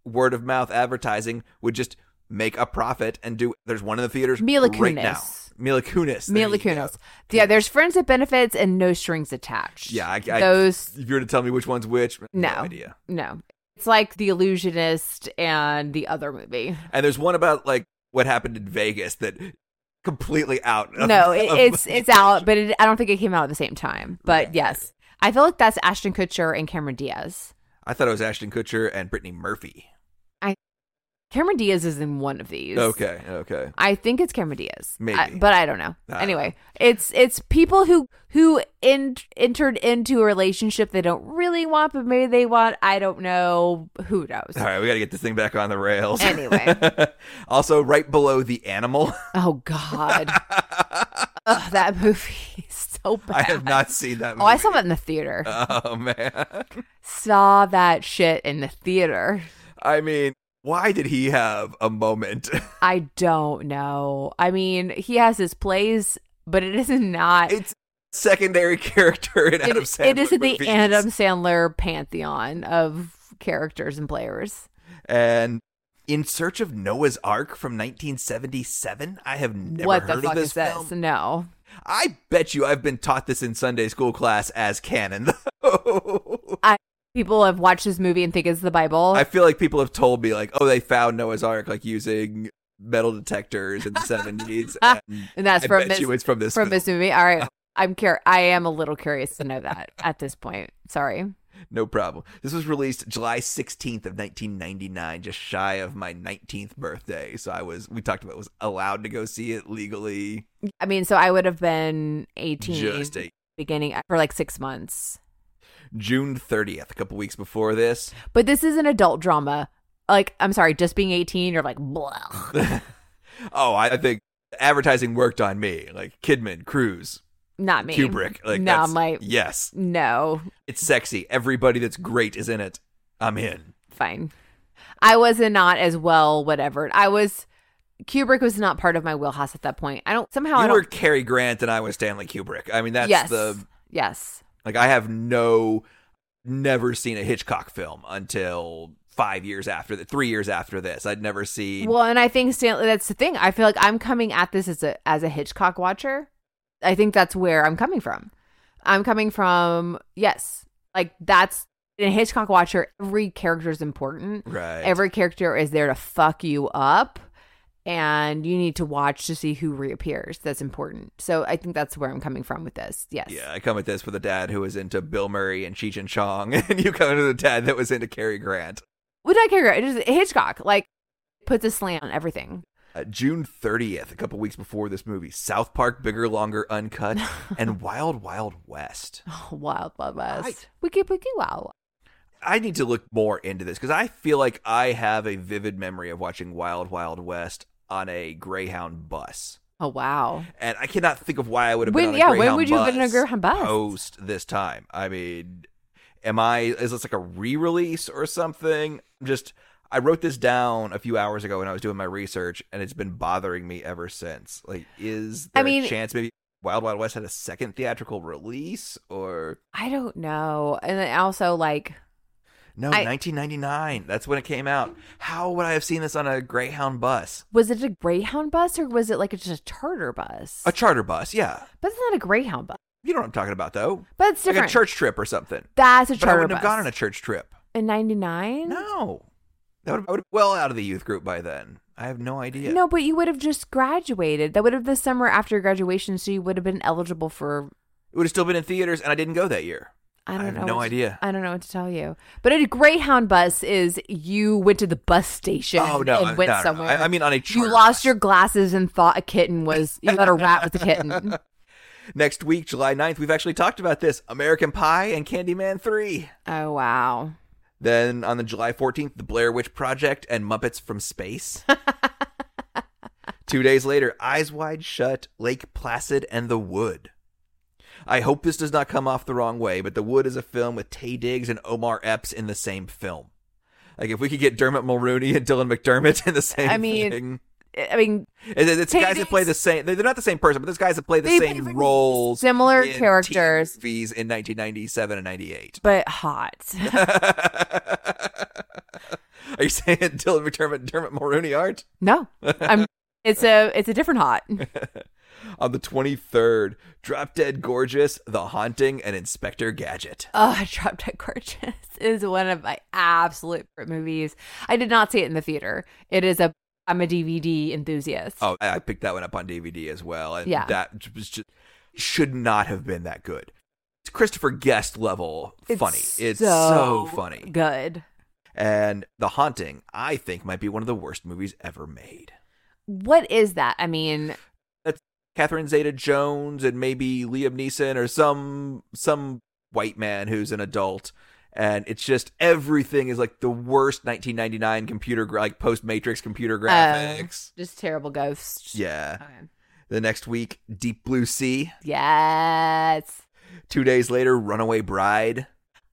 Speaker 1: word of mouth advertising would just make a profit and do. There's one in the theaters
Speaker 2: Mila
Speaker 1: right
Speaker 2: Kunis.
Speaker 1: now. Mila Kunis. There
Speaker 2: Mila
Speaker 1: you go.
Speaker 2: Kunis. Yeah, there's friends with benefits and no strings attached.
Speaker 1: Yeah, I, I,
Speaker 2: those
Speaker 1: If you were to tell me which one's which, no,
Speaker 2: No.
Speaker 1: idea.
Speaker 2: no. It's like The Illusionist and the other movie.
Speaker 1: And there's one about like what happened in Vegas that completely out. of-
Speaker 2: No, it,
Speaker 1: of-
Speaker 2: it's it's out, but it, I don't think it came out at the same time. But yes, I feel like that's Ashton Kutcher and Cameron Diaz.
Speaker 1: I thought it was Ashton Kutcher and Brittany Murphy.
Speaker 2: Cameron Diaz is in one of these.
Speaker 1: Okay, okay.
Speaker 2: I think it's Cameron Diaz,
Speaker 1: Maybe. Uh,
Speaker 2: I- but I don't know.
Speaker 1: I don't
Speaker 2: anyway, it's it's people who who in, entered into a relationship they don't really want, but maybe they want. I don't know. Who knows?
Speaker 1: All right, we got to get this thing back on the rails.
Speaker 2: Anyway.
Speaker 1: also, right below the animal,
Speaker 2: Oh God, Ugh, that movie is so bad.
Speaker 1: I have not seen that. Movie.
Speaker 2: Oh, I saw that in the theater.
Speaker 1: Oh man.
Speaker 2: saw that shit in the theater.
Speaker 1: I mean, why did he have a moment?
Speaker 2: I don't know. I mean, he has his plays, but it is not.
Speaker 1: it's secondary character in
Speaker 2: it-
Speaker 1: Adam Sandler.
Speaker 2: it is in the
Speaker 1: movies.
Speaker 2: Adam Sandler pantheon of characters and players.
Speaker 1: and In Search of Noah's Ark from 1977. I have never
Speaker 2: what
Speaker 1: heard
Speaker 2: the fuck
Speaker 1: of this
Speaker 2: is this?
Speaker 1: film.
Speaker 2: No,
Speaker 1: I bet you I've been taught this in Sunday school class as canon. Though.
Speaker 2: people have watched this movie and think it's the Bible.
Speaker 1: I feel like people have told me like, oh, they found Noah's Ark like using metal detectors in the 70s. And
Speaker 2: and that's
Speaker 1: I
Speaker 2: from
Speaker 1: bet
Speaker 2: this
Speaker 1: you it's from this
Speaker 2: from
Speaker 1: film.
Speaker 2: this movie. All right, I'm cur- I am a little curious to know that at this point. Sorry.
Speaker 1: No problem. This was released July 16th of 1999, just shy of my 19th birthday. So I was, we talked about, was allowed to go see it legally.
Speaker 2: I mean, so I would have been 18
Speaker 1: Just a,
Speaker 2: beginning for like six months.
Speaker 1: June 30th, a couple weeks before this.
Speaker 2: But this is an adult drama. Like, I'm sorry, just being 18, you're like, blah.
Speaker 1: Oh, I, I think advertising worked on me. Like Kidman, Cruz,
Speaker 2: Not me.
Speaker 1: Kubrick. Like,
Speaker 2: no,
Speaker 1: that's-
Speaker 2: I'm like,
Speaker 1: yes,
Speaker 2: no,
Speaker 1: it's sexy. Everybody that's great is in it. I'm in.
Speaker 2: fine. I was not as well, whatever. I was, Kubrick was not part of my wheelhouse at that point. I don't, somehow I
Speaker 1: you
Speaker 2: don't,
Speaker 1: were Cary Grant and I was Stanley Kubrick. I mean, that's
Speaker 2: yes.
Speaker 1: the,
Speaker 2: yes.
Speaker 1: Like I have no never seen a Hitchcock film until 5 years after that, 3 years after this. I'd never seen
Speaker 2: Well, and I think Stanley, that's the thing. I feel like I'm coming at this as a, as a Hitchcock watcher. I think that's where I'm coming from. I'm coming from, yes, like that's, in a Hitchcock watcher, every character is important.
Speaker 1: right.
Speaker 2: Every character is there to fuck you up, and you need to watch to see who reappears. That's important. So I think that's where I'm coming from with this. Yes.
Speaker 1: yeah, I come at this with a dad who was into Bill Murray and Cheech and Chong, and you come into the dad that was into Cary Grant.
Speaker 2: What do I care? It is Hitchcock. Like puts a slant on everything.
Speaker 1: Uh, June 30th, a couple weeks before this movie, South Park Bigger Longer Uncut and Wild Wild West.
Speaker 2: wild, wild west.
Speaker 1: Right.
Speaker 2: Wiki, wiki, wow.
Speaker 1: I need to look more into this because I feel like I have a vivid memory of watching Wild Wild West on a Greyhound bus.
Speaker 2: Oh wow.
Speaker 1: and I cannot think of why I would have
Speaker 2: When-
Speaker 1: been on a
Speaker 2: yeah, when
Speaker 1: Greyhound
Speaker 2: would you have been on a
Speaker 1: bus
Speaker 2: Greyhound bus?
Speaker 1: post this time? I mean, am I is this like a re-release or something? Just I wrote this down a few hours ago when I was doing my research, and it's been bothering me ever since. Like, is
Speaker 2: I
Speaker 1: there
Speaker 2: mean-
Speaker 1: a chance maybe Wild Wild West had a second theatrical release or
Speaker 2: I don't know. And then also like
Speaker 1: no?
Speaker 2: I-
Speaker 1: 1999. That's when it came out. How would I have seen this on a Greyhound bus?
Speaker 2: was it a Greyhound bus or was it like just a charter bus?
Speaker 1: A charter bus, yeah.
Speaker 2: but it's not a Greyhound bus.
Speaker 1: You know what I'm talking about though.
Speaker 2: But it's different.
Speaker 1: Like a church trip or something.
Speaker 2: That's a
Speaker 1: But I
Speaker 2: charter
Speaker 1: wouldn't
Speaker 2: bus.
Speaker 1: have gone on a church trip.
Speaker 2: in 99?
Speaker 1: No. That would, I would well out of the youth group by then. I have no idea.
Speaker 2: No, but you would have just graduated. That would have the summer after graduation, so you would have been eligible for.
Speaker 1: It would have still been in theaters, and I didn't go that year.
Speaker 2: I don't
Speaker 1: have
Speaker 2: know.
Speaker 1: no
Speaker 2: what to-
Speaker 1: idea.
Speaker 2: I don't know what to tell you. But a Greyhound bus is you went to the bus station
Speaker 1: Oh, no. I-
Speaker 2: and went
Speaker 1: no, no, no.
Speaker 2: somewhere.
Speaker 1: I- I mean on a
Speaker 2: you
Speaker 1: charter
Speaker 2: lost
Speaker 1: bus.
Speaker 2: your glasses and thought a kitten was you thought a rat was a kitten.
Speaker 1: Next week, July 9th, we've actually talked about this American Pie and Candyman 3.
Speaker 2: Oh wow.
Speaker 1: Then on the July 14th, The Blair Witch Project and Muppets from Space. Two days later, Eyes Wide Shut, Lake Placid, and The Wood. I hope this does not come off the wrong way, but The Wood is a film with Tay Diggs and Omar Epps in the same film. Like if we could get Dermot Mulrooney and Dylan McDermott in the same
Speaker 2: I mean,
Speaker 1: thing.
Speaker 2: I mean,
Speaker 1: And it's
Speaker 2: Tay
Speaker 1: guys that play the
Speaker 2: Diggs-
Speaker 1: same. They're not the same person, but those guys that play the
Speaker 2: They
Speaker 1: same
Speaker 2: play
Speaker 1: roles,
Speaker 2: similar
Speaker 1: in
Speaker 2: characters.
Speaker 1: TVs in 1997 and 98.
Speaker 2: but hot.
Speaker 1: Are you saying Dylan McDermott and Dermot Mulroney aren't?
Speaker 2: No, I'm. It's a it's a different hot.
Speaker 1: On the 23rd, Drop Dead Gorgeous, The Haunting, and Inspector Gadget.
Speaker 2: Oh, Drop Dead Gorgeous is one of my absolute favorite movies. I did not see it in the theater. It is a I'm a DVD enthusiast.
Speaker 1: Oh, I I picked that one up on DVD as well. And
Speaker 2: Yeah.
Speaker 1: that was just should not have been that good. It's Christopher Guest level funny. It's so funny.
Speaker 2: Good.
Speaker 1: And The Haunting, I think, might be one of the worst movies ever made.
Speaker 2: What is that? I mean,
Speaker 1: Catherine Zeta Jones and maybe Liam Neeson or some some white man who's an adult. And it's just everything is like the worst 1999 computer, gra- like post Matrix
Speaker 2: Oh.
Speaker 1: computer graphics.
Speaker 2: just terrible ghosts.
Speaker 1: yeah.
Speaker 2: Okay.
Speaker 1: The next week, Deep Blue Sea.
Speaker 2: Yes.
Speaker 1: Two days later, Runaway Bride.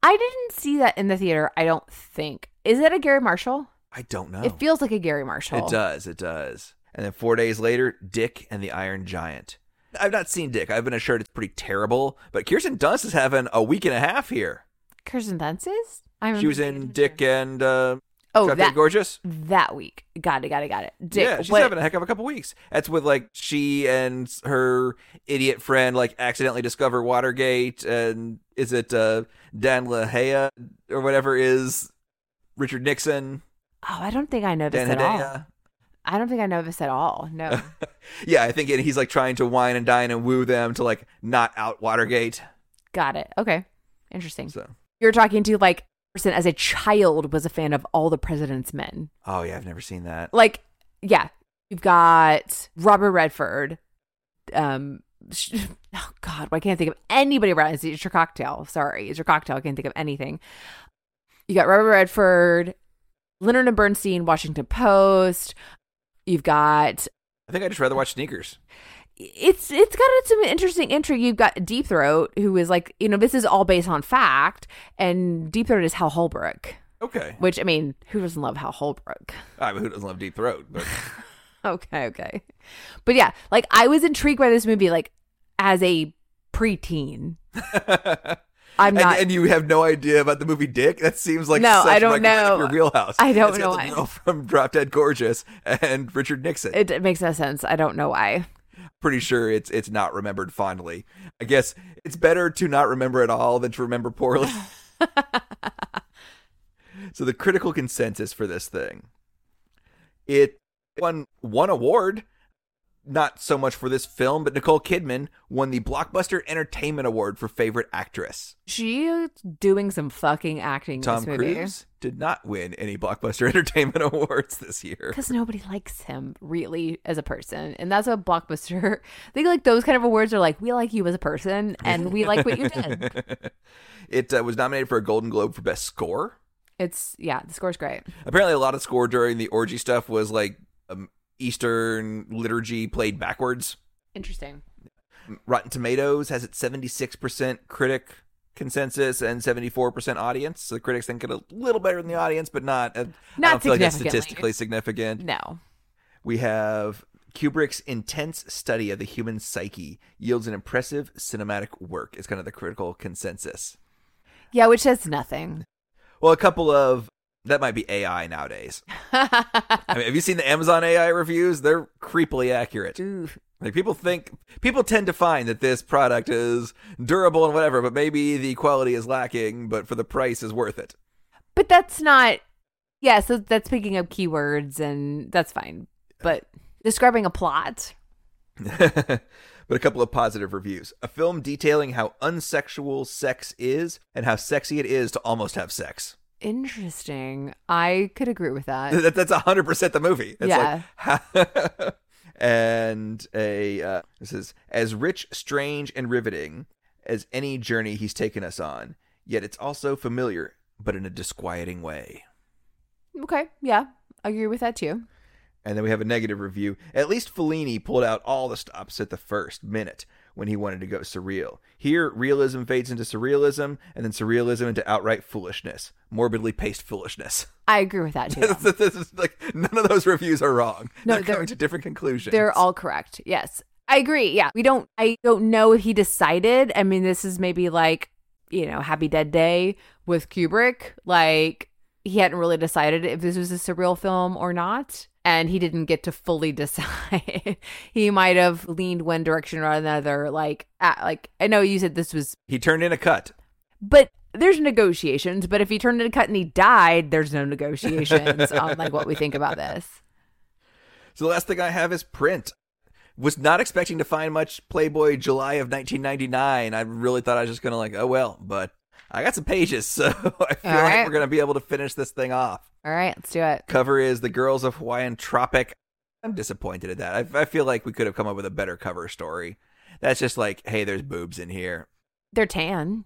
Speaker 2: I didn't see that in the theater. I don't think. Is it a Gary Marshall?
Speaker 1: I don't know.
Speaker 2: It feels like a Gary Marshall.
Speaker 1: Oh. It uh, does. It does. And then four days later, Dick and the Iron Giant. I've not seen Dick. I've been assured it's pretty terrible. But Kirsten Dunst is having a week and a half here.
Speaker 2: Kirsten Dunst is. I remember
Speaker 1: She was
Speaker 2: seeing
Speaker 1: in
Speaker 2: it
Speaker 1: Dick and uh,
Speaker 2: Oh,
Speaker 1: Drop Dead
Speaker 2: that
Speaker 1: Gorgeous.
Speaker 2: that week. Got it. Got it. Got it. Dick.
Speaker 1: yeah, she's
Speaker 2: what-
Speaker 1: having a heck of a couple weeks. That's with like she and her idiot friend like accidentally discover Watergate, and is it uh, Dan LaHaya or whatever is Richard Nixon,
Speaker 2: oh, I don't think I noticed
Speaker 1: Dan
Speaker 2: at all.
Speaker 1: Hedaya.
Speaker 2: I don't think I noticed at all. No.
Speaker 1: Yeah, I think it, he's like trying to whine and dine and woo them to like not out Watergate.
Speaker 2: got it. Okay. Interesting.
Speaker 1: So,
Speaker 2: You're talking to like a person as a child was a fan of all the president's men.
Speaker 1: oh yeah, I've never seen that.
Speaker 2: Like, yeah, you've got Robert Redford. Um, sh- oh God, why can't I think of anybody around? It's it's your cocktail. Sorry, it's your cocktail. I can't think of anything. You got Robert Redford, Leonard and Bernstein, Washington Post. You've got
Speaker 1: I think I just rather watch Sneakers.
Speaker 2: it's it's got some interesting intrigue. You've got Deep Throat, who is like you know this is all based on fact, and Deep Throat is Hal Holbrook,
Speaker 1: Okay,
Speaker 2: which I mean, who doesn't love Hal Holbrook?
Speaker 1: I mean, who doesn't love Deep Throat? But
Speaker 2: Okay, okay. But yeah, like I was intrigued by this movie like as a preteen. I'm
Speaker 1: and,
Speaker 2: not
Speaker 1: and you have no idea about the movie Dick. That seems like
Speaker 2: No,
Speaker 1: such
Speaker 2: I don't
Speaker 1: like right up
Speaker 2: know.
Speaker 1: Your wheelhouse.
Speaker 2: I don't
Speaker 1: It's
Speaker 2: know
Speaker 1: got
Speaker 2: why.
Speaker 1: the girl from Drop Dead Gorgeous and Richard Nixon.
Speaker 2: it, it makes no sense. I don't know why.
Speaker 1: Pretty sure it's it's not remembered fondly. I guess it's better to not remember at all than to remember poorly. so the critical consensus for this thing, it won one award. Not so much for this film, but Nicole Kidman won the Blockbuster Entertainment Award for Favorite Actress.
Speaker 2: She's doing some fucking acting in
Speaker 1: Tom
Speaker 2: this movie.
Speaker 1: Cruise did not win any Blockbuster Entertainment Awards this year.
Speaker 2: Because nobody likes him really as a person. And that's what Blockbuster, I think like those kind of awards are like, we like you as a person and we like what you did.
Speaker 1: It uh, was nominated for a Golden Globe for Best Score.
Speaker 2: It's, yeah, the score's great.
Speaker 1: Apparently, a lot of score during the orgy stuff was like um, Eastern liturgy played backwards.
Speaker 2: Interesting.
Speaker 1: Rotten Tomatoes has its 76% critic consensus and 74% audience. So the critics think it a little better than the audience, but not. Uh, I
Speaker 2: Not
Speaker 1: don't feel like that's
Speaker 2: significantly.
Speaker 1: statistically significant.
Speaker 2: No.
Speaker 1: We have Kubrick's intense study of the human psyche yields an impressive cinematic work. It's kind of the critical consensus.
Speaker 2: Yeah, which says nothing.
Speaker 1: Well, a couple of that might be AI nowadays. I mean, have you seen the Amazon AI reviews? They're creepily accurate.
Speaker 2: Ooh.
Speaker 1: Like people think people tend to find that this product is durable and whatever, but maybe the quality is lacking, but for the price is worth it.
Speaker 2: But that's not. Yeah, so that's picking up keywords and that's fine. But describing a plot.
Speaker 1: but a couple of positive reviews. A film detailing how unsexual sex is and how sexy it is to almost have sex.
Speaker 2: Interesting. I could agree with that.
Speaker 1: that, that's hundred percent the movie. It's
Speaker 2: Yeah.
Speaker 1: Like, and a uh, this is as rich, strange, and riveting as any journey he's taken us on. Yet it's also familiar, but in a disquieting way.
Speaker 2: Okay. Yeah. I agree with that too.
Speaker 1: And then we have a negative review. At least Fellini pulled out all the stops at the first minute when he wanted to go surreal. Here, realism fades into surrealism, and then surrealism into outright foolishness, morbidly paced foolishness.
Speaker 2: I agree with that too.
Speaker 1: this, this- this is like none of those reviews are wrong.
Speaker 2: No,
Speaker 1: they're,
Speaker 2: they're-
Speaker 1: coming to different conclusions.
Speaker 2: They're all correct. Yes. I agree. Yeah. We don't I don't know if he decided. I mean, this is maybe like, you know, Happy Dead Day with Kubrick. Like he hadn't really decided if this was a surreal film or not. And he didn't get to fully decide. he might have leaned one direction or another. Like, at, like I know you said this was,
Speaker 1: He turned in a cut.
Speaker 2: but there's negotiations. But if he turned it a cut and he died, there's no negotiations on like what we think about this.
Speaker 1: So the last thing I have is print. Was not expecting to find much Playboy July of 1999. I really thought I was just going to like, oh well, but I got some pages, so I feel like
Speaker 2: right.
Speaker 1: we're going to be able to finish this thing off.
Speaker 2: All right, let's do it.
Speaker 1: Cover is The Girls of Hawaiian Tropic. I'm disappointed at that. I, I feel like we could have come up with a better cover story. That's just like, hey, there's boobs in here.
Speaker 2: They're tan.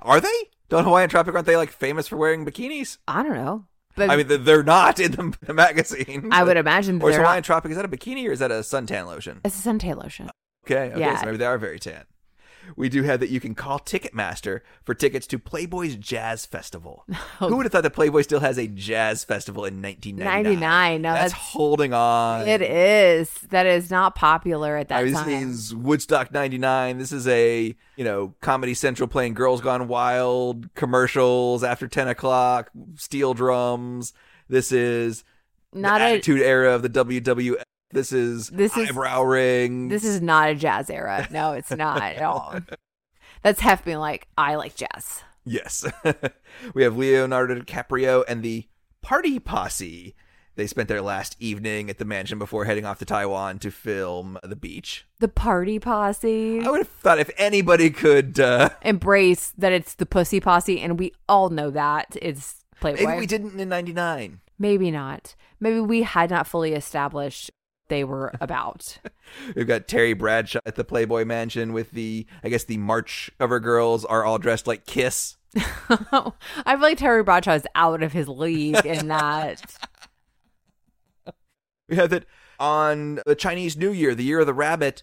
Speaker 1: Are they? Don't Hawaiian Tropic, aren't they like famous for wearing bikinis?
Speaker 2: I don't know, but
Speaker 1: I mean, they're- they're not in the, the magazine.
Speaker 2: I would imagine that
Speaker 1: Or is
Speaker 2: they're
Speaker 1: Hawaiian
Speaker 2: not.
Speaker 1: Tropic, is that a bikini or is that a suntan lotion?
Speaker 2: It's a suntan
Speaker 1: Uh,
Speaker 2: lotion.
Speaker 1: Okay, okay,
Speaker 2: Yeah.
Speaker 1: so maybe they are very tan. We do have that you can call Ticketmaster for tickets to Playboy's Jazz Festival.
Speaker 2: Oh.
Speaker 1: Who would have thought that Playboy still has a jazz festival in 1999?
Speaker 2: 99. No,
Speaker 1: that's,
Speaker 2: that's-
Speaker 1: holding on.
Speaker 2: It is. That is not popular at that
Speaker 1: I mean, this
Speaker 2: time.
Speaker 1: is Woodstock 99. This is a, you know, Comedy Central playing Girls Gone Wild, commercials after 10 o'clock, steel drums. This is
Speaker 2: not
Speaker 1: the
Speaker 2: a.
Speaker 1: Attitude Era of the WWF. This is
Speaker 2: This is-
Speaker 1: eyebrow rings.
Speaker 2: This is not a jazz era. No, it's not at all. That's Hef being like, I like jazz.
Speaker 1: Yes. we have Leonardo DiCaprio and the Party Posse. They spent their last evening at the mansion before heading off to Taiwan to film The Beach.
Speaker 2: The party posse.
Speaker 1: I would have thought if anybody could. Uh,
Speaker 2: Embrace that it's the pussy posse, and we all know that it's Playboy.
Speaker 1: maybe we didn't in 99.
Speaker 2: Maybe not. Maybe we had not fully established they were about.
Speaker 1: We've got Terry Bradshaw at the Playboy Mansion with the, I guess, the March cover girls are all dressed like Kiss.
Speaker 2: I feel like Terry Bradshaw is out of his league in that.
Speaker 1: We have that on the Chinese New Year, the year of the rabbit,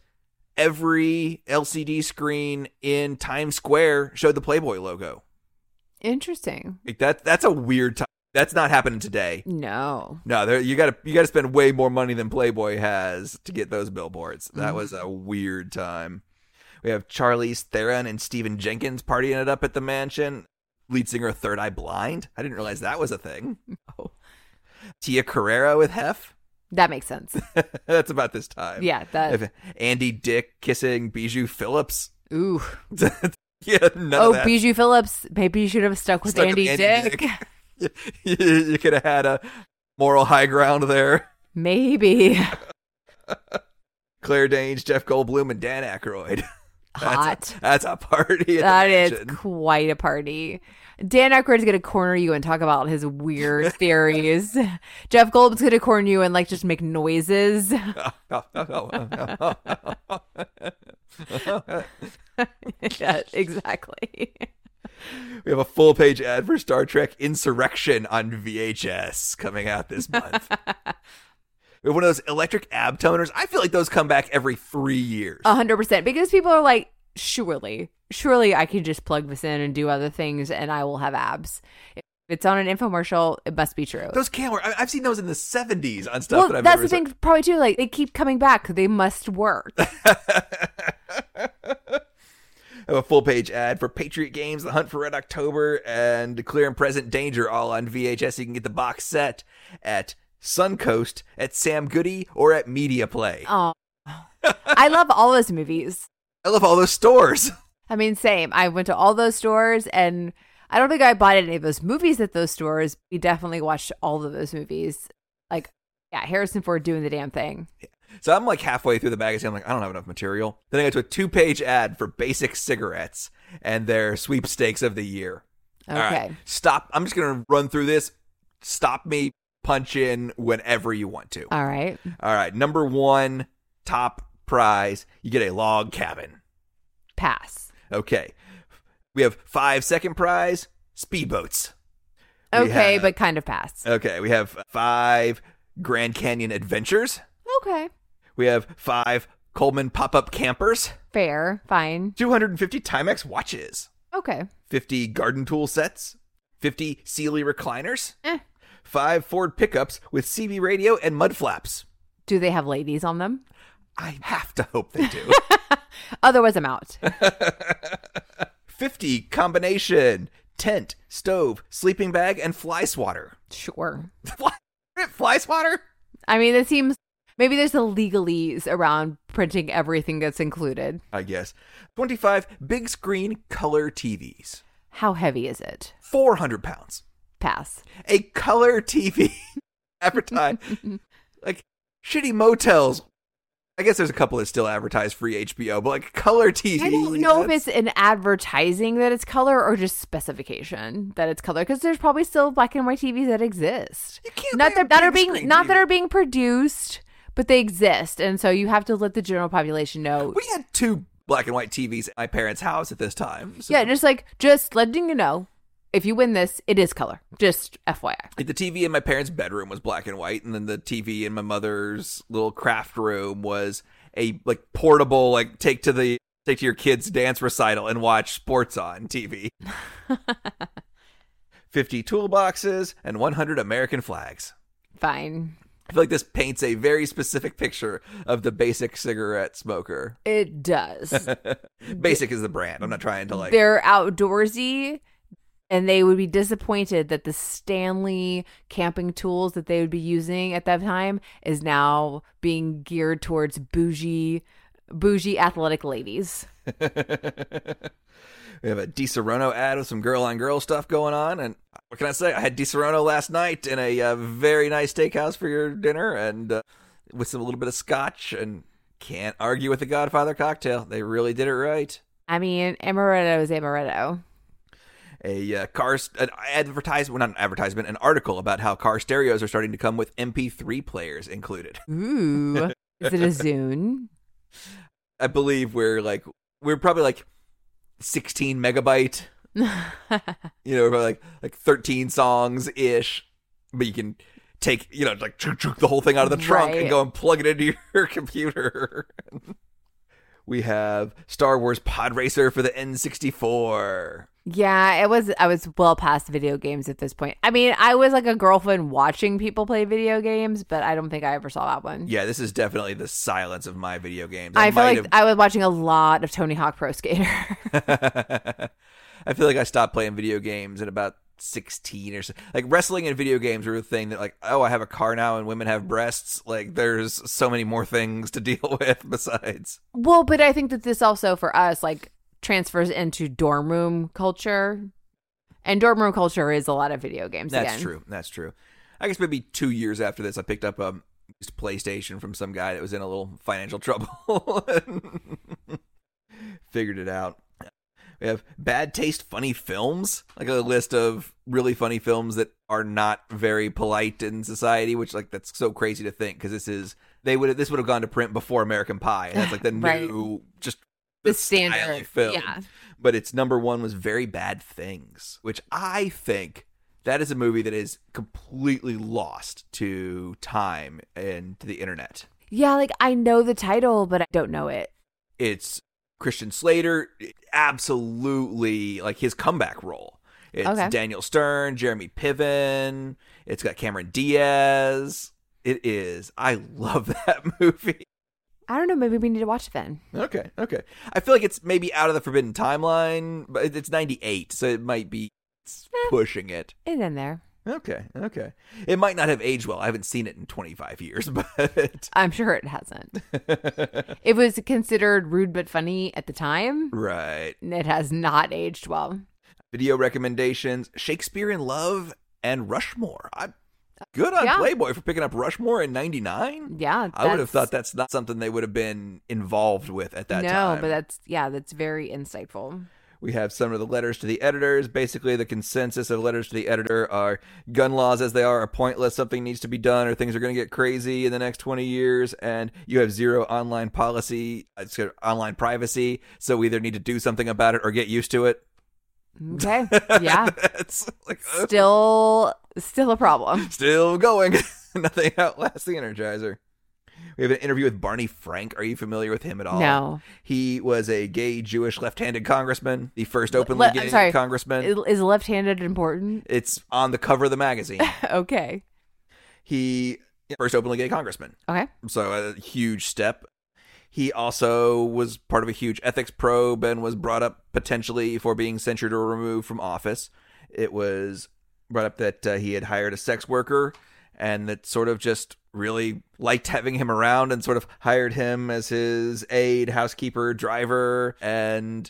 Speaker 1: every LCD screen in Times Square showed the Playboy logo.
Speaker 2: Interesting.
Speaker 1: Like that that's a weird time. That's not happening today.
Speaker 2: No.
Speaker 1: No, there, you gotta you gotta spend way more money than Playboy has to get those billboards. That
Speaker 2: Mm-hmm.
Speaker 1: was a weird time. We have Charlize Theron and Stephen Jenkins partying it up at the mansion. Lead singer of Third Eye Blind. I didn't realize that was a thing. Tia Carrera with Hef.
Speaker 2: That makes sense.
Speaker 1: that's about this time.
Speaker 2: Yeah, that
Speaker 1: If Andy Dick kissing Bijou Phillips.
Speaker 2: ooh.
Speaker 1: yeah, none of
Speaker 2: Oh,
Speaker 1: that.
Speaker 2: Bijou Phillips. Maybe you should have stuck with
Speaker 1: Stuck with
Speaker 2: Andy,
Speaker 1: Andy
Speaker 2: Dick.
Speaker 1: Dick. you, you could have had a moral high ground there.
Speaker 2: Maybe.
Speaker 1: Claire Danes, Jeff Goldblum, and Dan Aykroyd. That's
Speaker 2: Hot.
Speaker 1: a, that's a party. at the
Speaker 2: That is
Speaker 1: mansion.
Speaker 2: quite a party. Dan Aykroyd's gonna corner you and talk about his weird theories. Jeff Goldblum's gonna corner you and like just make noises. yeah, exactly.
Speaker 1: we have a full page ad for Star Trek Insurrection on VHS coming out this month. we have one of those electric ab toners. I feel like those come back every three years.
Speaker 2: A hundred percent. Because people are like, surely, surely I can just plug this in and do other things and I will have abs. If it's on an infomercial, it must be true.
Speaker 1: those can work. I- I've seen those in the 70s on stuff
Speaker 2: Well,
Speaker 1: that I've
Speaker 2: that's
Speaker 1: never
Speaker 2: the thing, probably too. Like they keep coming back; they must work.
Speaker 1: have a full page ad for Patriot Games, The Hunt for Red October, and Clear and Present Danger all on VHS. You can get the box set at Suncoast, at Sam Goody, or at Media Play.
Speaker 2: Oh, I love all those movies.
Speaker 1: I love all those stores.
Speaker 2: I mean, same. I went to all those stores, and I don't think I bought any of those movies at those stores. We definitely watched all of those movies. Like, yeah, Harrison Ford doing the damn thing.
Speaker 1: So I'm like halfway through the magazine. I'm like, I don't have enough material. Then I got to a two page ad for basic cigarettes and their sweepstakes of the year.
Speaker 2: Okay,
Speaker 1: All right, stop. I'm just going to run through this. Stop me, punch in whenever you want to.
Speaker 2: all right.
Speaker 1: All right, number one top prize. You get a log cabin.
Speaker 2: pass.
Speaker 1: Okay. We have five second prize speedboats. We
Speaker 2: Okay,
Speaker 1: have-
Speaker 2: but kind of pass.
Speaker 1: Okay. We have five Grand Canyon adventures.
Speaker 2: okay,
Speaker 1: We have five Coleman pop up campers,
Speaker 2: fair, fine.
Speaker 1: 250 Timex watches,
Speaker 2: Okay,
Speaker 1: 50 garden tool sets, 50 Sealy recliners,
Speaker 2: Eh.
Speaker 1: five Ford pickups with CB radio and mud flaps.
Speaker 2: do they have ladies on them?
Speaker 1: I have to hope they do.
Speaker 2: Otherwise, I'm out.
Speaker 1: 50 combination tent, stove, sleeping bag, and fly swatter.
Speaker 2: Sure.
Speaker 1: What? Fly swatter?
Speaker 2: I mean, it seems maybe there's a legalese around printing everything that's included.
Speaker 1: I guess. 25 big screen color TVs.
Speaker 2: How heavy is it?
Speaker 1: 400 pounds.
Speaker 2: Pass.
Speaker 1: A color TV advertised. like shitty motels. I guess there's a couple that still advertise free HBO, but like color TV.
Speaker 2: I don't know if
Speaker 1: that's-
Speaker 2: it's in advertising that it's color or just specification that it's color because there's probably still black and white TVs that exist.
Speaker 1: You can't
Speaker 2: Not
Speaker 1: buy a
Speaker 2: that, that are
Speaker 1: big
Speaker 2: being
Speaker 1: screen
Speaker 2: not that
Speaker 1: TV.
Speaker 2: are being produced, but they exist, and so you have to let the general population know.
Speaker 1: We had two black and white TVs at my parents' house at this time. So
Speaker 2: Yeah, just like just letting you know if you win this, it is color. Just FYI.
Speaker 1: Like, the TV in my parents' bedroom was black and white, and then the TV in my mother's little craft room was a like portable like take to the take to your kids dance recital and watch sports on TV. 50 toolboxes and 100 American flags.
Speaker 2: Fine.
Speaker 1: I feel like this paints a very specific picture of the basic cigarette smoker.
Speaker 2: It does.
Speaker 1: Basic is the brand. I'm not trying to like
Speaker 2: They're outdoorsy and they would be disappointed that the Stanley camping tools that they would be using at that time is now being geared towards bougie bougie athletic ladies.
Speaker 1: We have a Di Serono ad with some girl on girl stuff going on. And what can I say? I had Di Serono last night in a uh, very nice steakhouse for your dinner and uh, with some, a little bit of scotch. And can't argue with the Godfather cocktail. They really did it right.
Speaker 2: I mean, amaretto is amaretto.
Speaker 1: A uh, car, st- an advertisement, well, not an advertisement, an article about how car stereos are starting to come with MP3 players included.
Speaker 2: Ooh. is it a Zune?
Speaker 1: I believe we're like, we're probably like 16 megabyte you know, probably like like thirteen songs ish, but you can take you know like chook, chook the whole thing out of the trunk and
Speaker 2: Right.
Speaker 1: go and plug it into your computer. we have Star Wars Pod Racer for the N sixty four.
Speaker 2: Yeah, it was. I was well past video games at this point. I mean, I was like a girlfriend watching people play video games, but I don't think I ever saw that one.
Speaker 1: Yeah, this is definitely the silence of my video games.
Speaker 2: I feel
Speaker 1: might
Speaker 2: like
Speaker 1: have-
Speaker 2: I was watching a lot of Tony Hawk Pro Skater.
Speaker 1: I feel like I stopped playing video games at about 16 or so. Like wrestling and video games were a thing that like, oh, I have a car now and women have breasts. Like there's so many more things to deal with besides.
Speaker 2: well, but I think that this also for us like transfers into dorm room culture, and dorm room culture is a lot of video games.
Speaker 1: That's
Speaker 2: again.
Speaker 1: true. That's true. I guess maybe 2 years after this I picked up a used PlayStation from some guy that was in a little financial trouble. Figured it out. We have bad taste funny films, like a list of really funny films that are not very polite in society, which like that's so crazy to think because this is they would this would have gone to print before American Pie, and that's like the
Speaker 2: Right.
Speaker 1: new just
Speaker 2: The,
Speaker 1: style
Speaker 2: standard
Speaker 1: of film.
Speaker 2: Yeah,
Speaker 1: But its number one was Very Bad Things, which I think that is a movie that is completely lost to time and to the internet.
Speaker 2: yeah. Like I know the title, but I don't know it.
Speaker 1: it's Christian Slater, absolutely like his comeback role. It's
Speaker 2: Okay.
Speaker 1: Daniel Stern, Jeremy Piven. It's got Cameron Diaz. It is. I love that movie.
Speaker 2: I don't know. Maybe we need to watch it then.
Speaker 1: Okay, okay. I feel like it's maybe out of the forbidden timeline, but it- it's 98, so it might be it's
Speaker 2: Eh.
Speaker 1: pushing it.
Speaker 2: And then there,
Speaker 1: Okay, okay. It might not have aged well. I haven't seen it in 25 years, but
Speaker 2: I'm sure it hasn't. It was considered rude but funny at the time.
Speaker 1: right.
Speaker 2: and It has not aged well.
Speaker 1: video recommendations Shakespeare in Love and Rushmore. I good on
Speaker 2: Yeah.
Speaker 1: Playboy for picking up Rushmore in 99.
Speaker 2: Yeah,
Speaker 1: I would have
Speaker 2: that's-
Speaker 1: thought that's not something they would have been involved with at that
Speaker 2: no,
Speaker 1: time.
Speaker 2: but that's yeah, that's very insightful.
Speaker 1: we have some of the letters to the editors. Basically, the consensus of letters to the editor are gun laws as they are are pointless. Something needs to be done, or things are going to get crazy in the next 20 years. And you have zero online policy, uh, sorry, online privacy. So we either need to do something about it or get used to it.
Speaker 2: Okay, yeah,
Speaker 1: That's like, uh,
Speaker 2: still still a problem.
Speaker 1: Still going. Nothing outlasts the Energizer. We have an interview with Barney Frank. Are you familiar with him at all?
Speaker 2: No,
Speaker 1: He was a gay Jewish left-handed congressman, the first
Speaker 2: le-
Speaker 1: openly
Speaker 2: I'm
Speaker 1: gay
Speaker 2: sorry.
Speaker 1: congressman.
Speaker 2: is is left-handed important?
Speaker 1: it's on the cover of the magazine.
Speaker 2: okay,
Speaker 1: he first openly gay congressman.
Speaker 2: okay,
Speaker 1: So a huge step. He also was part of a huge ethics probe and was brought up potentially for being censured or removed from office. it was brought up that uh, he had hired a sex worker and that sort of just really liked having him around and sort of hired him as his aide, housekeeper, driver. And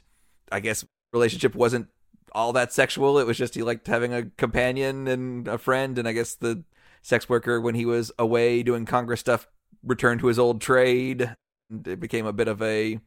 Speaker 1: I guess relationship wasn't all that sexual. It was just he liked having a companion and a friend. And I guess the sex worker, when he was away doing Congress stuff, returned to his old trade. And it became a bit of a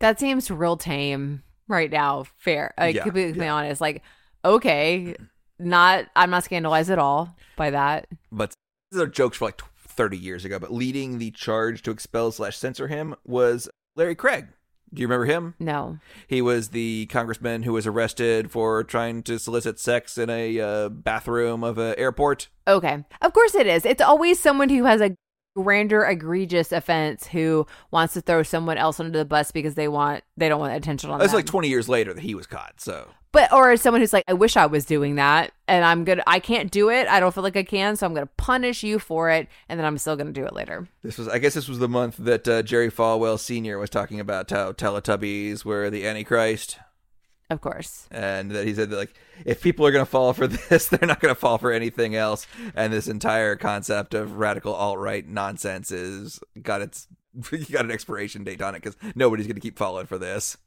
Speaker 2: That seems real tame right now. Fair, like,
Speaker 1: Yeah,
Speaker 2: completely honest. Like, okay, not I'm not scandalized at all by that.
Speaker 1: but these are jokes for like 30 years ago but leading the charge to expel slash censor him was larry craig do you remember him
Speaker 2: No,
Speaker 1: he was the congressman who was arrested for trying to solicit sex in a uh, bathroom of an airport
Speaker 2: okay, of course it is. It's always someone who has a grander, egregious offense who wants to throw someone else under the bus because they want they don't want attention on.
Speaker 1: it's
Speaker 2: them.
Speaker 1: like 20 years later that he was caught so
Speaker 2: but or as someone who's like i wish i was doing that and i'm gonna i can't do it i don't feel like i can so i'm gonna punish you for it and then i'm still gonna do it later
Speaker 1: this was i guess this was the month that uh, jerry falwell senior was talking about how teletubbies were the antichrist
Speaker 2: of course
Speaker 1: and that he said that like if people are going to fall for this they're not going to fall for anything else and this entire concept of radical alt-right nonsense is got its got an expiration date on it because nobody's going to keep falling for this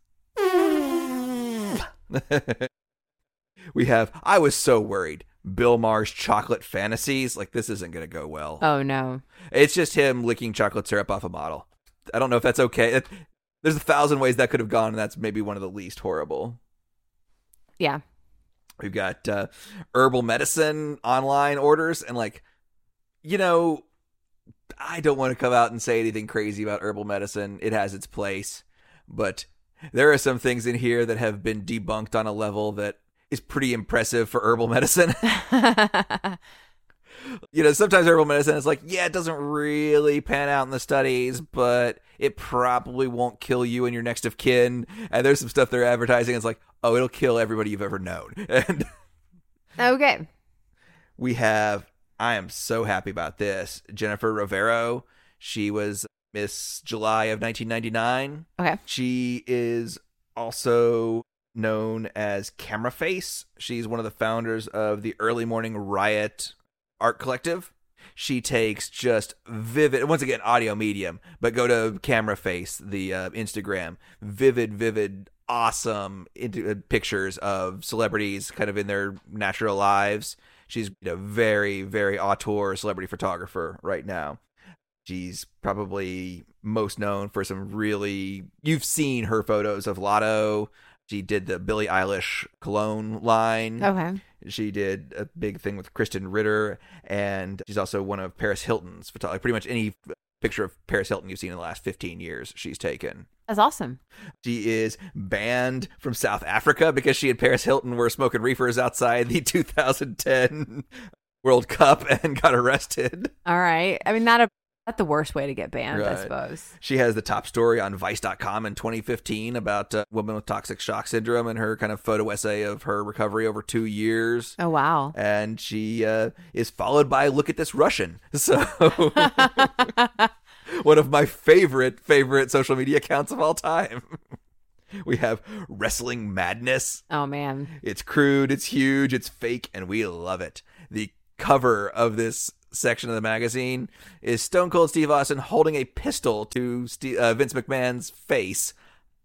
Speaker 1: we have i was so worried bill maher's chocolate fantasies like this isn't going to go well
Speaker 2: oh no
Speaker 1: it's just him licking chocolate syrup off a model i don't know if that's okay It- there's a thousand ways that could have gone and that's maybe one of the least horrible
Speaker 2: yeah
Speaker 1: We've got uh, herbal medicine online orders, and like, you know, I don't want to come out and say anything crazy about herbal medicine. It has its place, but there are some things in here that have been debunked on a level that is pretty impressive for herbal medicine. you know, sometimes herbal medicine is like, yeah, it doesn't really pan out in the studies, but it probably won't kill you and your next of kin. And there's some stuff they're advertising. It's like, oh, it'll kill everybody you've ever known. And
Speaker 2: okay
Speaker 1: we have I am so happy about this. Jennifer Rivero, she was Miss July of 1999.
Speaker 2: Okay.
Speaker 1: She is also known as Camera Face. She's one of the founders of the Early Morning Riot Art Collective. She takes just vivid, once again, audio medium, but go to Camera Face, the uh, Instagram. Vivid, vivid, awesome into, uh, pictures of celebrities kind of in their natural lives. She's a very, very auteur celebrity photographer right now. She's probably most known for some really. You've seen her photos of Lotto. She did the Billie Eilish cologne line.
Speaker 2: okay
Speaker 1: She did a big thing with Kristen Ritter, and she's also one of Paris Hilton's photography. Pretty much any picture of Paris Hilton you've seen in the last 15 years, she's taken.
Speaker 2: that's awesome
Speaker 1: She is banned from South Africa because she and Paris Hilton were smoking reefers outside the 2010 World Cup and got arrested.
Speaker 2: all right i mean not a not the worst way to get banned i
Speaker 1: Right.
Speaker 2: suppose
Speaker 1: She has the top story on Vice.com in 2015 about a woman with toxic shock syndrome and her kind of photo essay of her recovery over two years.
Speaker 2: oh wow
Speaker 1: And she uh, is followed by Look at This Russian. So, one of my favorite, favorite social media accounts of all time. We have Wrestling Madness.
Speaker 2: oh man
Speaker 1: It's crude, it's huge, it's fake, and we love it. The cover of this section of the magazine is Stone Cold Steve Austin holding a pistol to Ste uh, Vince McMahon's face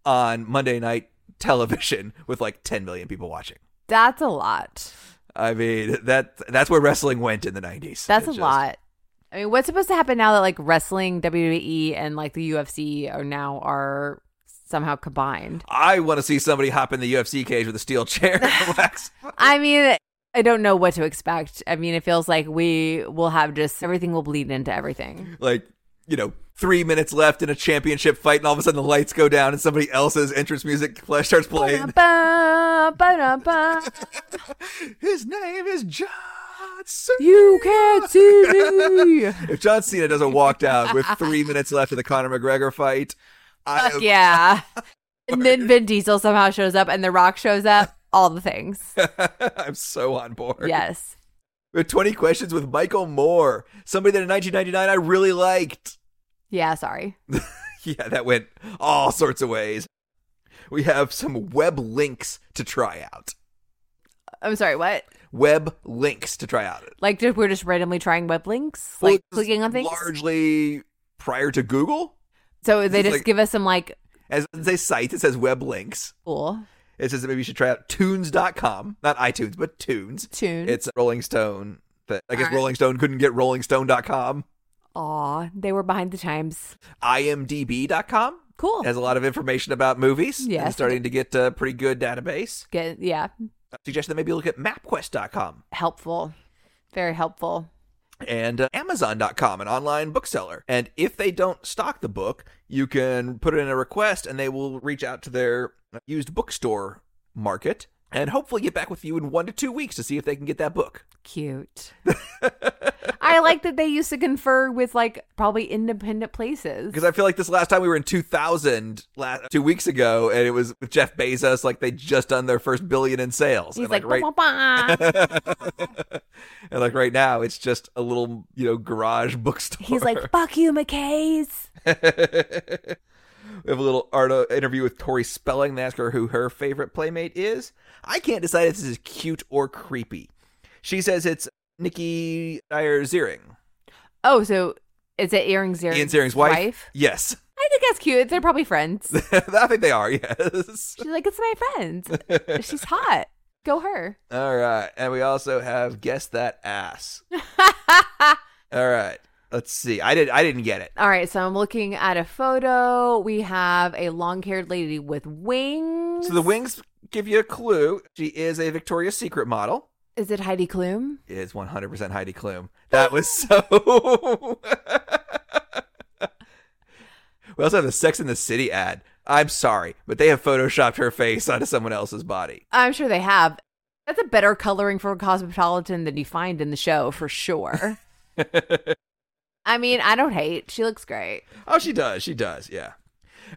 Speaker 1: on Monday night television with like 10 million people watching.
Speaker 2: that's a lot
Speaker 1: I mean, that that's where wrestling went in the 90s.
Speaker 2: that's
Speaker 1: It
Speaker 2: a
Speaker 1: just-
Speaker 2: lot i mean what's supposed to happen now that like wrestling wwe and like the ufc are now are somehow combined
Speaker 1: I want to see somebody hop in the UFC cage with a steel chair and wax.
Speaker 2: I mean, I don't know what to expect. I mean, it feels like we will have just everything will bleed into everything.
Speaker 1: like you know three minutes left in a championship fight and all of a sudden the lights go down and somebody else's entrance music play- starts playing
Speaker 2: Ba-da-ba, ba-da-ba.
Speaker 1: his name is john cena
Speaker 2: You can't see me.
Speaker 1: if john cena doesn't walk down with three minutes left in the conor mcgregor fight I,
Speaker 2: Fuck yeah. And then Vin Diesel somehow shows up and The Rock shows up. All the things.
Speaker 1: i'm so on board
Speaker 2: Yes.
Speaker 1: we have 20 questions with michael moore somebody that in 1999 i really liked
Speaker 2: Yeah, sorry.
Speaker 1: yeah that went all sorts of ways we have some web links to try out
Speaker 2: I'm sorry, what?
Speaker 1: web links to try out it.
Speaker 2: Like just, we're just randomly trying web links,
Speaker 1: Well,
Speaker 2: like
Speaker 1: this is
Speaker 2: clicking on things.
Speaker 1: Largely prior to Google.
Speaker 2: so they
Speaker 1: is
Speaker 2: just
Speaker 1: like-
Speaker 2: give us some like
Speaker 1: As they cite, it says web links.
Speaker 2: cool
Speaker 1: It says that maybe you should try out tunes.com. Not iTunes, but tunes.
Speaker 2: tune.
Speaker 1: It's Rolling Stone. That I guess
Speaker 2: Alright.
Speaker 1: Rolling Stone couldn't get rollingstone.com.
Speaker 2: Aw, they were behind the times.
Speaker 1: IMDb.com
Speaker 2: Cool.
Speaker 1: has a lot of information about movies. and
Speaker 2: Oh. Yes.
Speaker 1: starting to get a pretty good database.
Speaker 2: Get, yeah,
Speaker 1: I suggest that maybe look at mapquest.com
Speaker 2: helpful, very helpful.
Speaker 1: and uh, amazon.com, an online bookseller. And if they don't stock the book, you can put in a request and they will reach out to their used bookstore market and hopefully get back with you in one to two weeks to see if they can get that book.
Speaker 2: Cute. I like that they used to confer with like probably independent places.
Speaker 1: Because I feel like this last time we were in 2000, last, two weeks ago, and it was with Jeff Bezos, like they just done their first billion in sales.
Speaker 2: He's
Speaker 1: and
Speaker 2: like,
Speaker 1: right,
Speaker 2: "Bah, bah, bah."
Speaker 1: and like right now, it's just a little, you know, garage bookstore.
Speaker 2: he's like, fuck you, McKay's.
Speaker 1: We have a little art uh, interview with Tori Spelling. They ask her who her favorite playmate is. I can't decide if this is cute or creepy. She says it's Nikki Dyer Ziering.
Speaker 2: Oh, so is it Ian Ziering's,
Speaker 1: Ian Ziering's wife? Yes.
Speaker 2: I think that's cute. They're probably friends.
Speaker 1: I think they are, yes.
Speaker 2: She's like, it's my friend. She's hot. Go her.
Speaker 1: All right. And we also have Guess That Ass. All right. Let's see. I did I didn't get it.
Speaker 2: All right, so I'm looking at a photo. We have a long-haired lady with wings.
Speaker 1: So the wings give you a clue. She is a Victoria's Secret model.
Speaker 2: Is it Heidi Klum?
Speaker 1: It is 100% Heidi Klum. That was so. we also have the Sex in the City ad. I'm sorry, but they have photoshopped her face onto someone else's body.
Speaker 2: I'm sure they have. That's a better coloring for a cosmopolitan than you find in the show for sure. I mean, I don't hate. She looks great.
Speaker 1: Oh, she does. She does. Yeah.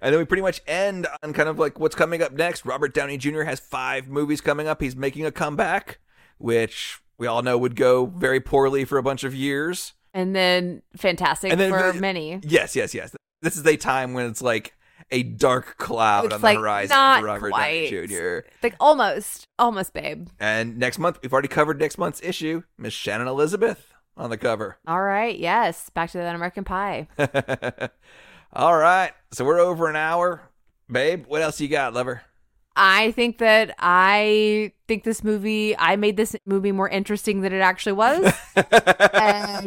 Speaker 1: And then we pretty much end on kind of like what's coming up next. Robert Downey Jr. has five movies coming up. He's making a comeback, which we all know would go very poorly for a bunch of years.
Speaker 2: And then fantastic
Speaker 1: And then
Speaker 2: for
Speaker 1: the-
Speaker 2: many.
Speaker 1: Yes, yes, yes. This is a time when it's like a dark cloud
Speaker 2: It's
Speaker 1: on
Speaker 2: like,
Speaker 1: the horizon
Speaker 2: not
Speaker 1: for Robert Downey
Speaker 2: quite.
Speaker 1: Jr.
Speaker 2: Like almost, almost, babe.
Speaker 1: And next month, we've already covered next month's issue. Miss Shannon Elizabeth on the cover.
Speaker 2: All right, yes. Back to that American Pie.
Speaker 1: All right, so we're over an hour, babe. What else you got, lover?
Speaker 2: I think that I think this movie, I made this movie more interesting than it actually was. and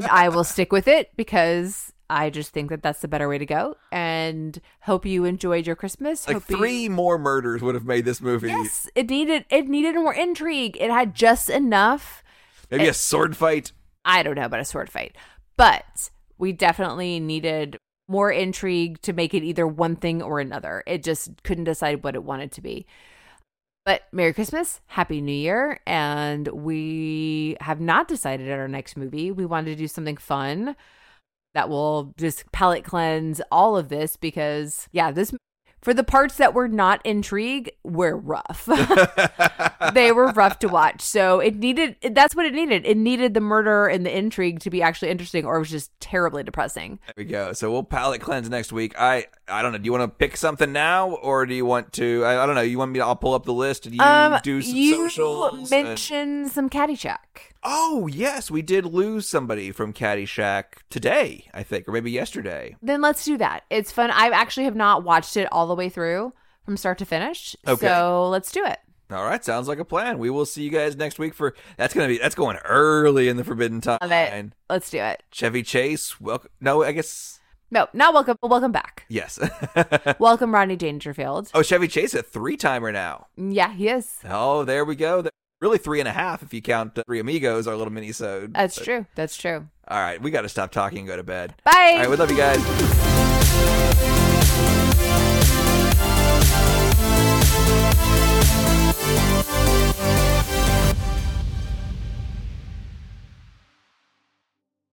Speaker 2: I will stick with it because I just think that that's the better way to go. And hope you enjoyed your Christmas.
Speaker 1: like
Speaker 2: hope you-
Speaker 1: three more murders would have made this movie.
Speaker 2: Yes, it needed it needed more intrigue. It had just enough.
Speaker 1: Maybe a sword fight.
Speaker 2: I don't know about a sword fight, but we definitely needed more intrigue to make it either one thing or another. It just couldn't decide what it wanted to be. But Merry Christmas, Happy New Year, and we have not decided at our next movie. We wanted to do something fun that will just palate cleanse all of this because yeah, this for the parts that were not intrigue, were rough. they were rough to watch. So it needed that's what it needed. It needed the murder and the intrigue to be actually interesting or it was just terribly depressing.
Speaker 1: There we go. So we'll palate cleanse next week. I I don't know. Do you want to pick something now, or do you want to? I, I don't know. You want me to? I'll pull up the list. and you do some
Speaker 2: Um, you
Speaker 1: socials? and-
Speaker 2: mentioned some Caddyshack.
Speaker 1: Oh yes, we did lose somebody from Caddyshack today, I think, or maybe yesterday.
Speaker 2: Then let's do that. It's fun. I actually have not watched it all the way through from start to finish.
Speaker 1: Okay.
Speaker 2: So let's do it.
Speaker 1: All right, sounds like a plan. We will see you guys next week for that's gonna be that's going early in the Forbidden Time.
Speaker 2: Love it. Let's do it.
Speaker 1: Chevy Chase, welcome. No, I guess
Speaker 2: No, not welcome. but Welcome back.
Speaker 1: yes.
Speaker 2: Welcome Rodney Dangerfield.
Speaker 1: oh, Chevy Chase, a three timer now.
Speaker 2: Yeah, he is.
Speaker 1: Oh, there we go. There- Really three and a half if you count uh, Three Amigos, our little mini-sode.
Speaker 2: That's true. That's true.
Speaker 1: All right, we got to stop talking and go to bed.
Speaker 2: Bye.
Speaker 1: All right, we love you guys.